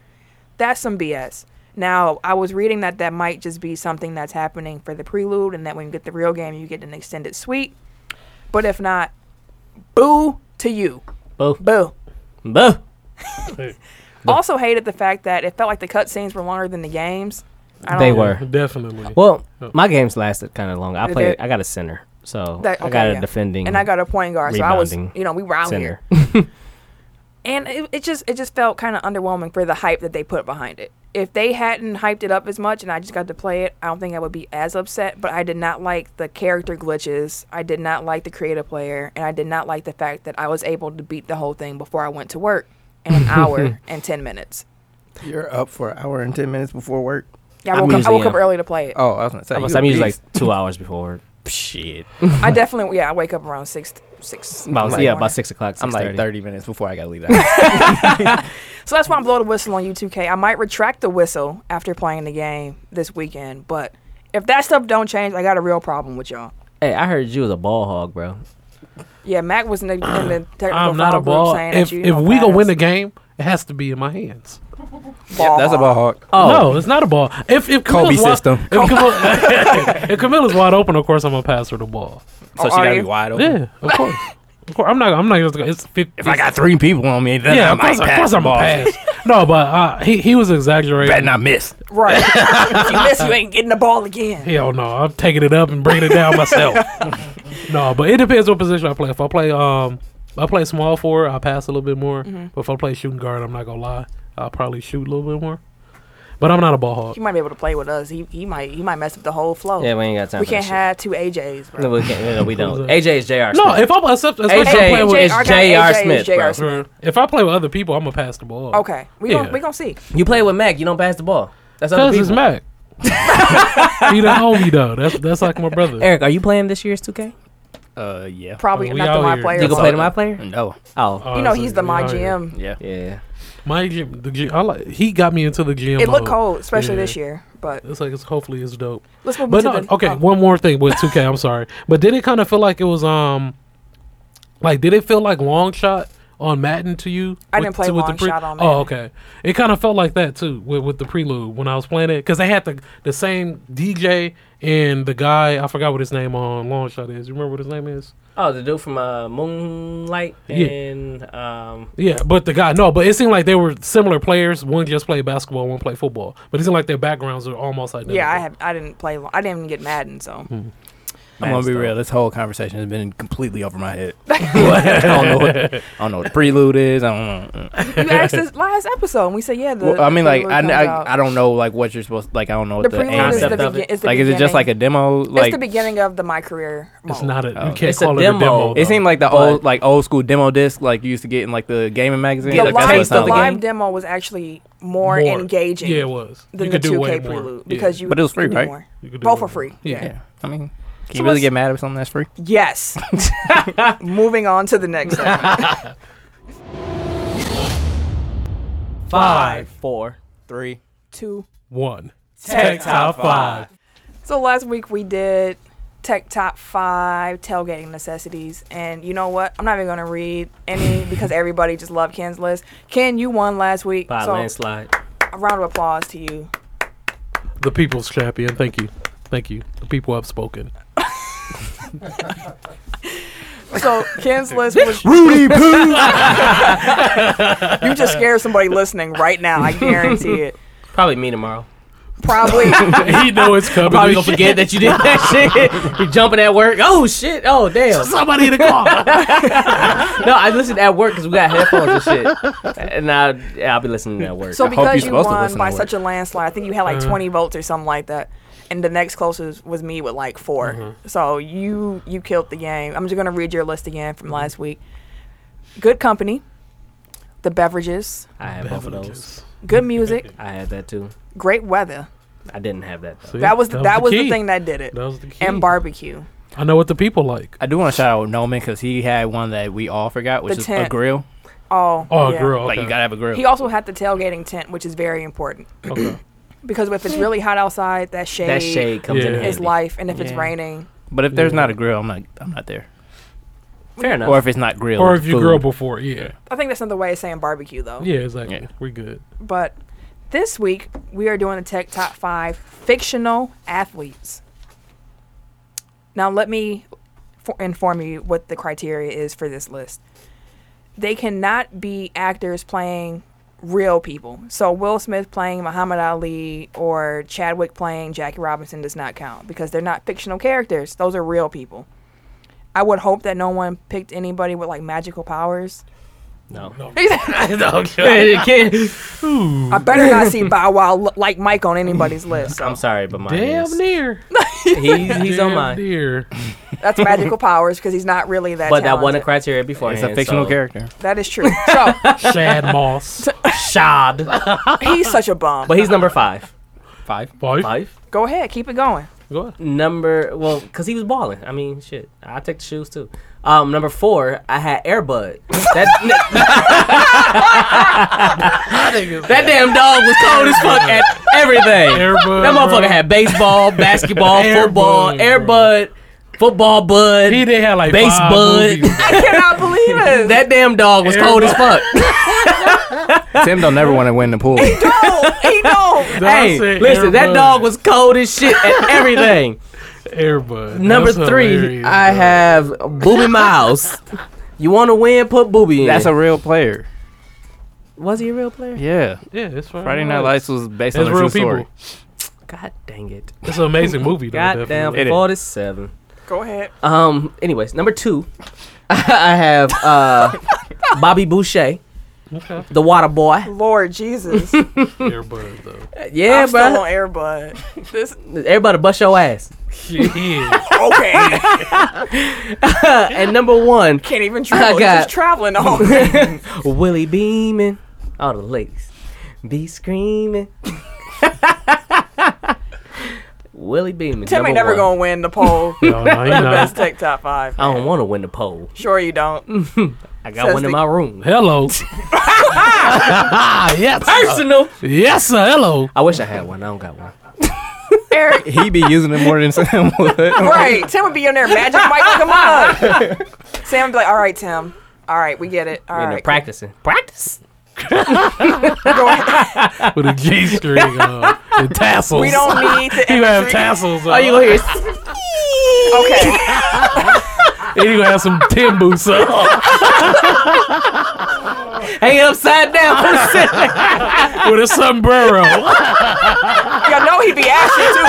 That's some BS. Now, I was reading that that might just be something that's happening for the prelude, and that when you get the real game, you get an extended suite. But if not, boo to you. Boo. Boo. Boo. Also hated the fact that it felt like the cutscenes were longer than the games. I They don't- were. Definitely. Well, Oh. my games lasted kind of long. I Did played. it? I got a center, so That- I got okay, a yeah. defending And I got a point guard, so I was, Rebounding. you know, we were out here. center. and it, it just it just felt kind of underwhelming for the hype that they put behind it. If they hadn't hyped it up as much and I just got to play it, I don't think I would be as upset. But I did not like the character glitches. I did not like the creative player, and I did not like the fact that I was able to beat the whole thing before I went to work in an hour and ten minutes. You're up for an hour and ten minutes before work. Yeah, I I'm woke, up, I usually woke up am. early to play it. Oh, I was gonna say. I'm, you a I'm usually beast. like two hours before. Shit. I definitely yeah, I wake up around six six. About, six yeah, morning. about six o'clock. I'm like 6:30. 30 minutes before I gotta leave that. house. So that's why I'm blowing the whistle on U2K. I might retract the whistle after playing the game this weekend, but if that stuff don't change, I got a real problem with y'all. Hey, I heard you was a ball hog, bro. Yeah, Mac was in the, in the technical I'm not a foul group ball. saying If that you if don't we gonna pass. win the game, it has to be in my hands. ball, That's a ball hawk. Oh. No, it's not a ball. If if Kobe Camilla's wi- system. if, Camilla, if Camilla's wide open, of course I'm gonna pass her the ball. so are she gotta be you? wide open. Yeah, of course. Of course, I'm not. I'm not. Just, gonna- it's fif- If I got three people on me, then yeah, I of course, might of pass course the I'm ball. gonna pass. No, but uh, he he was exaggerating. Better not miss. right. if you miss, you ain't getting the ball again. Hell no, I'm taking it up and bringing it down myself. no, but it depends what position I play. If I play um, I play small forward, Mm-hmm. I pass a little bit more. But if I play shooting guard, I'm not gonna lie, I'll probably shoot a little bit more. But I'm not a ball hog. He might be able to play with us. He he might he might mess up the whole flow. Yeah, we ain't got time. Oh. we for can't that have two AJs. shit. No, Bro. we can't. No, no, we don't. Who's that? AJ is J.R. No, Smith. if I'm especially AJ playing with, is our guy J.R. AJ is Smith, J.R. bro. Smith. if I play with other people, I'm gonna pass the ball. Okay, we Yeah. gon' we gonna see. you play with Mac, you don't pass the ball. That's other Cause it's people. Mac. he the homie though. That's that's like my brother. Eric, are you playing this year's 2K? Uh, yeah. Probably We not out the my here. player. You You, can play to my player? No. Oh, Oh, you know that's he's a- the my yeah, I hear GM. Yeah. yeah. you. My gym, the gym, I like. He got me into the gym. It looked mode. cold, especially Yeah. this year. But It's like it's hopefully it's dope. let's move But on no, to the okay. oh. One more thing with 2K. I'm sorry, but did it kind of feel like it was um, like did it feel like long shot on Madden to you? I didn't play to- Long Shot on Oh, okay. It kind of felt like that too with, with the prelude when I was playing it because they had the the same DJ and the guy I forgot what his name on long shot is. You remember what his name is? Oh, the dude from uh, Moonlight Yeah. and um, Yeah, but the guy no, but it seemed like they were similar players. One just played basketball, one played football. But it seemed like their backgrounds are almost identical. yeah, I have I didn't play. lo- I didn't even get Madden, so Hmm. I'm gonna be Max, real. This whole conversation has been completely over my head. I don't know. What, I don't know what the prelude is. I don't know. you asked us last episode, and we said yeah. The, Well, I mean, the like prelude I, comes out. I, I don't know like what you're supposed like I don't know the what the, prelude aim is the, concept is. of begin- it. is the Like is beginning. it just like a demo? Like it's the beginning of the my career. Mode. It's not a Oh. you can't It's a call it a demo. demo. It though. it seemed like the But- old like old school demo disc like you used to get in like the gaming magazine. The Like, that's what it live, the sounded like. live demo was actually more, More. engaging yeah, it was. than the you could do two way K more. prelude Yeah. because you But it was you free, could do right? more. You could do Both way for free. more. Yeah. Yeah, I mean, can So you really let's- get mad at something that's free? Yes. Moving on to the next. segment. five, four. Three. Two. One. Tech top five. So last week we did tech top five tailgating necessities, and you know what? I'm not even gonna read any because everybody just loved Ken's list. Ken, you won last week, By so landslide. a round of applause to you. The people's champion. Thank you. Thank you. The people have spoken. So Ken's list was Rudy Poo. you just scared somebody listening right now. I guarantee it. Probably me tomorrow. Probably he know it's coming. He Probably gonna gonna forget that you did that shit. you jumping at work. Oh shit. Oh damn. Somebody in the car. No, I listened at work because we got headphones and shit. And I, yeah, I'll be listening at work. So hope you're because you supposed to won listen by to such a landslide, I think you had like 20 votes or something like that. And the next closest was me with like 4 So you you killed the game. I'm just gonna read your list again from last week. Good company, the beverages, I had both of those. good music, I had that too. great weather. I didn't have that. Though. See, That was that, was the key. thing that did it. That was the key. And barbecue. I know what the people like. I do want to shout out Noman because he had one that we all forgot, which The is a tent. grill. Oh, Oh, yeah. girl. Like you gotta have a grill. He also had the tailgating tent, which is very important Okay. because if it's really hot outside, that shade, That shade comes in Yeah. handy. is life, and if it's Yeah. raining, but if there's Yeah. not a grill, I'm not. I'm not there. Fair enough. Or if it's not grilled. Or if you food. grill before, yeah. I think that's another way of saying barbecue though. Yeah, exactly. Yeah. We're good. But this week we are doing the Tech Top 5 fictional athletes. Now let me for- inform you what the criteria is for this list. They cannot be actors playing real people. So Will Smith playing Muhammad Ali or Chadwick playing Jackie Robinson does not count because they're not fictional characters. Those are real people. I would hope that no one picked anybody with like magical powers. no. I better not see Bow Wow look like Mike on anybody's list. So. I'm sorry, but mine Damn is. near. He's, he's Damn on mine. near. That's magical powers because he's not really that. But that wasn't a talented. criteria before. It's a fictional character. That is true. So Shad Moss. Shad. he's such a bum. But he's number five. Five. Boy, Five. Go ahead, keep it going. go ahead. Number well, cause he was balling. I mean, shit. I take the shoes too. Um, number four, I had Airbud. That, that damn dog was cold as fuck at everything. Airbud, That motherfucker bro. had baseball, basketball, Air football, Bud, Airbud, football bud. He did have like Base five bud. movies. I cannot believe it. That damn dog was Air cold as fuck. Tim don't never want to win the pool. no, he don't. I hey, said listen, Air that Bud. dog was cold as shit at everything. Airbud. Number That's three, hilarious, I bro. have Booby Miles. You want to win? Put Booby in. That's a real player. was he a real player? Yeah. Yeah, it's Friday, Friday Night Lights was based It's on a real true people. story. God dang it! It's an amazing movie, though. Goddamn, definitely. It is. forty-seven. Go ahead. Um. Anyways, number two, I have uh Bobby Boucher. Okay. The water boy. Lord Jesus. Airbud though. Yeah, I'm still bro. on Airbud. This Everybody bust your ass. Yeah. okay. and number one, Can't even travel. got- Just traveling on. Willie beaming. All the ladies be screaming. Willie beaming. Tim ain't never number one. gonna win the poll. for No, no, you the not. best tech top five. I don't want to win the poll. Sure you don't. I got Says one in the- my room. Hello. yes. Sir. Personal. Yes, sir. Hello. I wish I had one. I don't got one. Eric, He be using it more than Sam would. right? Tim would be on there, magic mic like a mug. Sam would be like, "All right, Tim. All right, we get it. All All right, right. Practicing. Practice. go ahead. With a G string on and tassels. We don't need to. You have imagery. tassels. uh, Oh, On. you gonna hear? Okay. And you gonna have some Tim boots uh, on Hang it upside down. with a sombrero. Y'all know he'd be ashy too.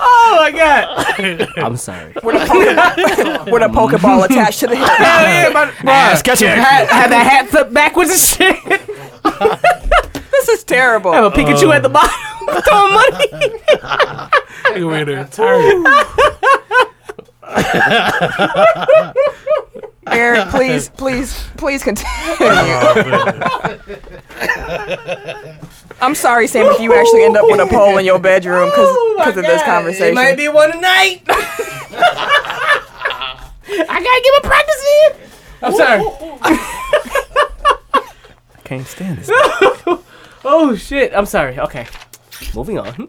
oh my god. I'm sorry. With a, poke- with a Pokeball attached to the head. Ass catcher. Have, have that hat flipped backwards and shit. Have This is terrible. a Pikachu at the bottom. Uh. Throwing money. You in there tired. Eric, please, please, please continue. I'm sorry, Sam, if you actually end up with a pole in your bedroom Oh because of this conversation. be one tonight. I gotta get my practice in. I'm sorry. Can't stand this. Oh shit. I'm sorry. Okay. Moving on.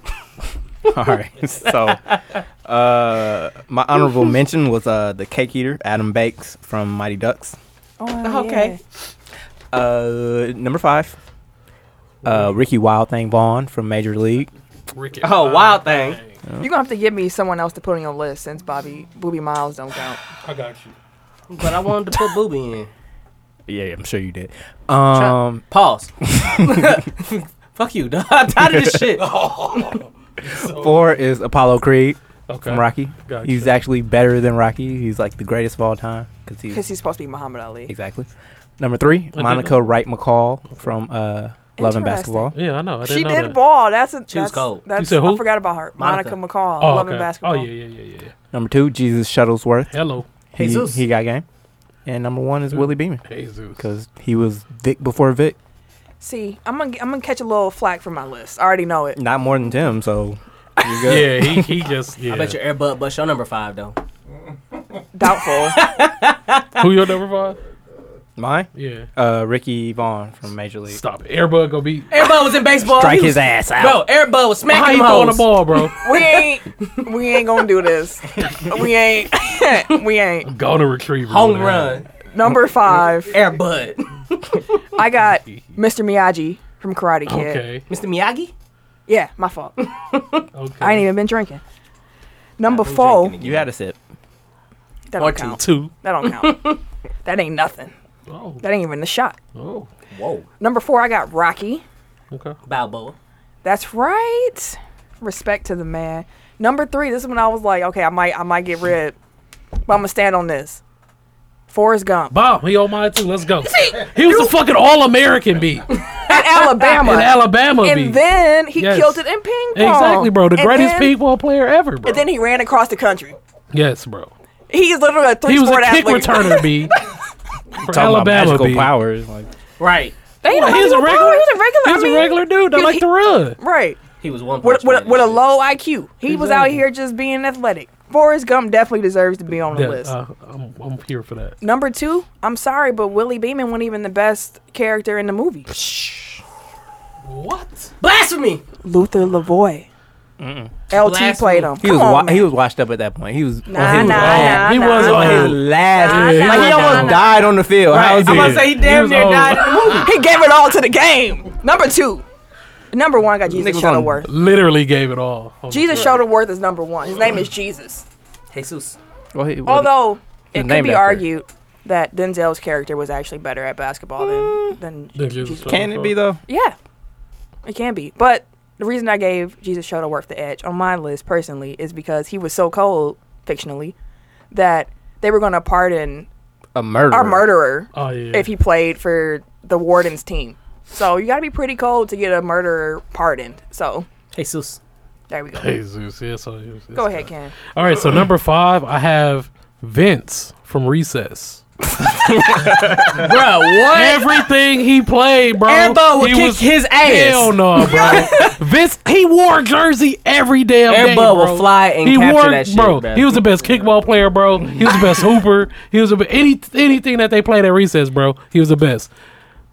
All right. So, uh, my honorable mention was uh, the cake eater, Adam Bakes from Mighty Ducks. Oh, Okay. Uh, number five, uh, Ricky Wild Thing Vaughn from Major League. Ricky. Oh, wild thing. You're going to have to give me someone else to put on your list since Bobby Booby Miles don't count. I got you. But I wanted to put Booby in. Yeah, I'm sure you did. Um, Pause. Fuck you, dog. I'm tired of this shit. four is Apollo Creed Okay. from Rocky. Gotcha. He's actually better than Rocky. He's like the greatest of all time because he's Because he's supposed to be Muhammad Ali. exactly number three. did Monica Wright McCall from uh, Love and Basketball. Yeah, I know. I didn't She know did that. ball. That's a. She was that's, cold. That's, said who? I forgot about her. Monica. Monica, McCall. Oh, loving okay. basketball. Oh yeah, yeah, yeah, yeah. Number two, Jesus Shuttlesworth. Hello, He- Jesus. he, got game. And number one is Who? Willie Beeman Jesus. because he was Vic before Vic. See, I'm going to I'm gonna catch a little flack for my list. I already know it. Not more than Tim, so you're good. Yeah, he, he just yeah. I bet your airbud bust your number five though. Doubtful. Who your number five? Mine, Yeah. uh, Ricky Vaughn from Major League. Stop it. Airbud gonna be. Airbud was in baseball. Strike He his was- ass out. Bro, Airbud was How smacking you him throwing the hoes. ball, bro? we ain't we ain't gonna do this. We ain't we ain't. Gonna retrieve. Home run. Number five, Airbud. I got Mr. Miyagi from Karate Kid. Okay. Mr. Miyagi? Yeah, my fault. Okay. I ain't even been drinking. Number I'm four, drinking You had a sip. that Or don't two. count. two. That don't count. that ain't nothing. Oh. That ain't even a shot. Oh. again. Whoa. Number four, I got Rocky. Okay. Balboa. That's right. Respect to the man. Number three, this is when I was like, okay, I might I might get rid, but I'm gonna stand on this. Forrest Gump Bob, he on mine too. Let's go. He was a fucking all American beat in at Alabama. Alabama and beat. then he Yes. killed it in ping pong. exactly, bro. The And greatest then- people player ever, bro. And then he ran across the country. yes, bro. He is literally a three He was a sport kick athlete. returner, B. For Talking about Alabama, magical B. powers. Like, Right. They ain't Yeah, he was a magical regular. power. He was a regular. He I was mean, a regular dude. I he- like to run. Right. He was one With, punch with, man with a and shit. low IQ. He was out Exactly. here just being athletic. Forrest Gump definitely deserves to be on the Yeah, list. uh, I'm, I'm here for that. Number two, I'm sorry, but Willie Beeman wasn't even the best character in the movie. What? Blasphemy! Luther Lavoie. LT Blasphemy. played him. he Come was on, wa- man. he was washed up at that point. He was Nah, he was nah, old. nah, Oh, he nah, was nah. on his last. Nah, year. nah, like he nah, almost nah. died on the field. How is I'm about to it? say he He damn was near old. died in the movie. He gave it all to the game. Number two. Number one, I got Jesus Niggas on- Shuttleworth. Literally gave it all. Oh, Jesus Shuttleworth is number one. His name is Jesus. Jesus. Well, he- well, Although His it name could be after. argued that Denzel's character was actually better at basketball than than Than Jesus can it be though? yeah, it can be. But the reason I gave Jesus Shuttleworth the edge on my list personally is because he was so cold fictionally that they were going to pardon a murderer. Or murderer Oh yeah. if he played for the Warden's team. So you got to be pretty cold to get a murderer pardoned. So Jesus. there we go. Jesus, yes, oh, yes, yes. Go ahead, Ken. All right, so number five, I have Vince from Recess. Bro, what? Everything he played, bro. Airbo would he kick was- his ass. Hell no, bro. Vince, he wore a jersey every damn day. Airbo bro. will fly and he capture wore, that shit, bro. bro. He was the best kickball player, bro. He was the best hooper. He was the be- any anything that they played at recess, bro. He was the best.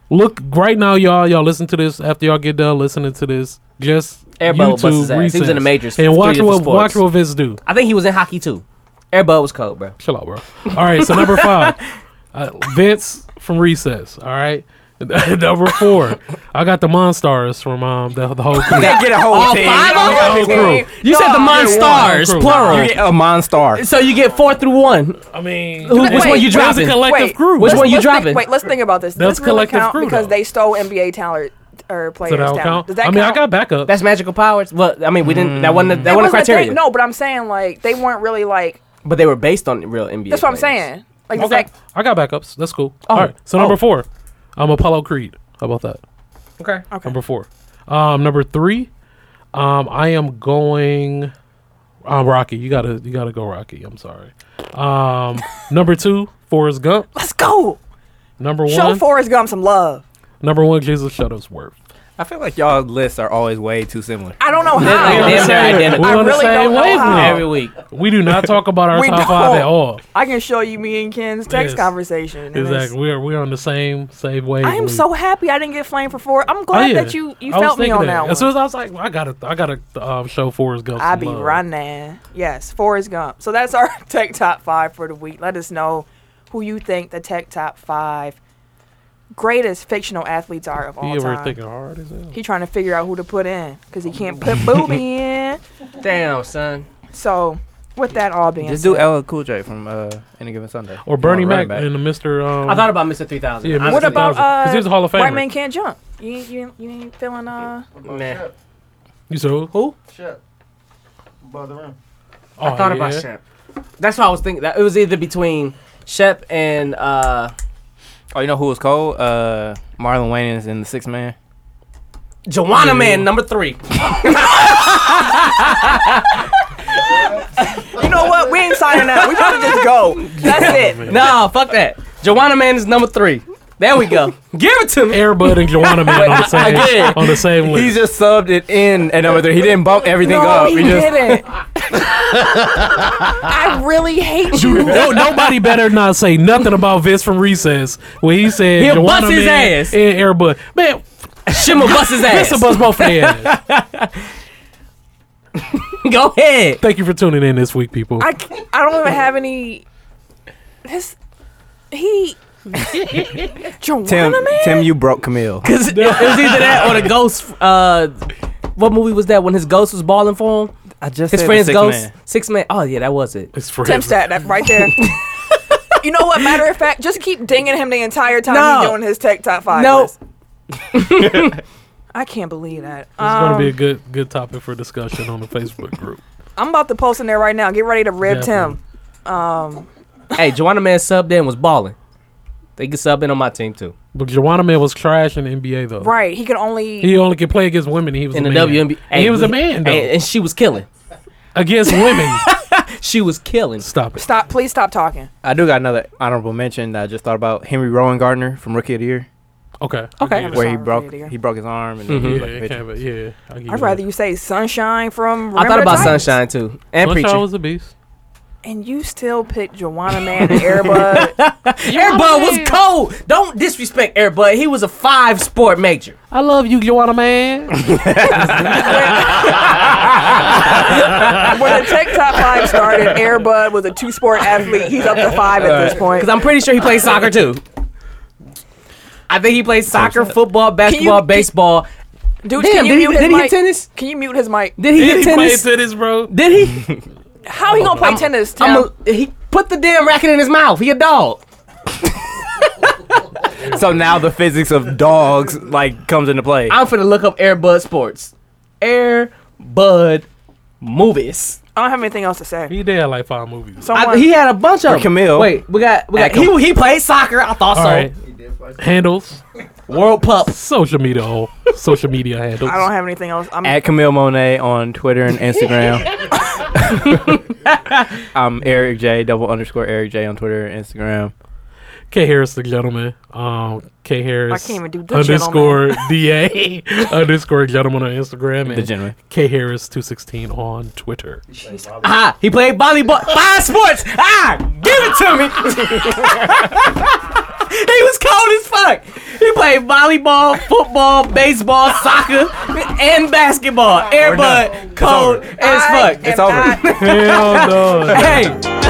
Look right now, y'all. Y'all listen to this after y'all get done listening to this. Just Airbo YouTube would bust his ass. He was Recess. in the majors for and three watch different what sports. watch what Vince do. I think he was in hockey too. Airbud was cold, bro. Chill out, bro. All right, so number five, uh, Vince from Recess. All right, number four, I got the Monstars from um the, the whole crew. Get a whole team. of whole crew. You said the Monstars, Crew. plural. You get a monster. so you get four through one. I mean, Who, which Wait, one you that was a dropping? collective Wait, crew. Which bro. one you Let's think- dropping? wait, let's think about this. That's Does this really collective count crew, because though. they stole NBA talent or players So that don't talent. count. Does that I mean, count? I got backup. That's magical powers. Well, I mean, we didn't. That wasn't. A, that It wasn't a wasn't a thing- criteria. No, but I'm saying like they weren't really like. but they were based on real NBA. That's what I'm players. saying. Like, okay. it's like I got backups. That's cool. All right. So oh. number four, I'm Apollo Creed. How about that? Okay. Number four. Um, number three, um, I am going. Um, Rocky, you gotta, you gotta go, Rocky. I'm sorry. Um, number two, Forrest Gump. let's go. Number Show one, Forrest Gump some love. number one, Jesus Shuttlesworth. I feel like y'all lists are always way too similar. I don't know They're how. like- they're identical. We're I on the really same don't know wavelength. how. Every week. We do not talk about our We top five don't. at all. I can show you me and Ken's text Yes. conversation. and it's- Exactly. We're we're on the same same wavelength. I am so happy I didn't get flamed for four. I'm glad Oh, yeah. that you you I was felt me thinking on that, As soon one. as I was like, well, I gotta, I gotta um, show Forrest Gump. I some be love. running. Yes, Forrest Gump. So that's our tech top five for the week. Let us know who you think the tech top five greatest fictional athletes are of all You ever time. thinking hard as hell? He trying to figure out who to put in because he can't put Booby in. Damn, son. So with that all being Just said, do LL Cool J from uh, Any Given Sunday. Or Bernie Come on, Mac running and the Mister. Um, I thought about Mr. 3000. Yeah, Yeah, Mr. what about 2000? 'Cause uh, he was a Hall of White Famer. man can't jump. You ain't, you, ain't- you ain't feeling uh. Man. you said who? Oh, Shit. Above the rim. I thought about yeah. Shep. That's what I was thinking. That it was either between Shep and uh, Oh, you know who was cold? Uh, Marlon Wayans in The Six Man. Joanna Man number three. You know what? We ain't signing up. We should just go. That's it. no, fuck that. Joanna Man is number three. There we go. Give it to me. Airbud and Joanna Man on the Again. same on the same He list. just subbed it in at number three. He didn't bump everything No, up. he just didn't. I really hate you. no, nobody better not say nothing about Vince from Recess when he said He'll Joanna bust his Man ass. and Airbud. Man, Shimmer bust his ass. Vince will bust both of their ass. go ahead. Thank you for tuning in this week, people. I, c- I don't even have any. This he. Joanna Tim, man. Tim, you broke Camille. Cause it, it was either that or the ghost. Uh, what movie was that when his ghost was balling for him? I just His friend's ghost. Six man. Oh yeah, that was it. it's for Tim sat that right there. you know what? Matter of fact, just keep dinging him the entire time he's No. doing his tech top five. No. list. I can't believe Mm. that. It's gonna be a Um, good good topic for discussion on the Facebook group. I'm about to post in there right now. Get ready to rib Definitely. Tim. Um, hey, Joanna Man subbed in was balling. They could sub in on my team too But Joanna Man was trash in the NBA Oh. though. right. He can only. He only could play against women. He was in a the man. WNBA. And he was a man though. and, and she was killing. against women. She was killing. Stop it. Stop! Please stop talking. I do got another honorable mention that I just thought about Henry Rowan Gardner from Rookie of the Year, Okay. Okay. where he Sorry, Rookie broke of the Year. he broke his arm and Mm-hmm. Yeah, he was like a it bitch. can't be- yeah. I'll give I'd you rather that. you say Sunshine from. I thought Remember about the Titans. Sunshine too and Sunshine Preacher. was a beast. And you still pick Joanna Man and Airbud. Airbud was cold. Don't disrespect Airbud. He was a five sport major. I love you, Joanna Man. when the Tech Top 5 started, Airbud was a two sport athlete. He's up to five at this point. Because I'm pretty sure he played soccer too. I think he played soccer, football, basketball, can- baseball. Dude, can Damn, you did, he, mute his did he mic? hit tennis? Can you mute his mic? Did he hit he played tennis? tennis, bro. did he? How he gonna play tennis? Tim? I'm a, he put the damn racket in his mouth. He a dog. So now the physics of dogs like comes into play. I'm finna look up Airbud Sports. Airbud Movies. I don't have anything else to say. He did like five movies. Someone, I- he had a bunch of Or 'em. Camille. Wait, we got we got At Cam- he, he played soccer. I thought All so. right. Handles, World Pup. social media, all social media handles. I don't have anything else. I'm At Camille Monet on Twitter and Instagram. I'm Eric J, double underscore Eric J on Twitter and Instagram. K Harris, the gentleman. Um, K Harris. I can't even do the underscore da underscore gentleman on Instagram The and gentleman. K Harris two sixteen on Twitter. Ah, he played volleyball. Five sports. Ah, give it to me. he was cold as fuck. He played volleyball, football, baseball, soccer, and basketball. Airbud, cold as fuck. It's over. Hell no. Hey,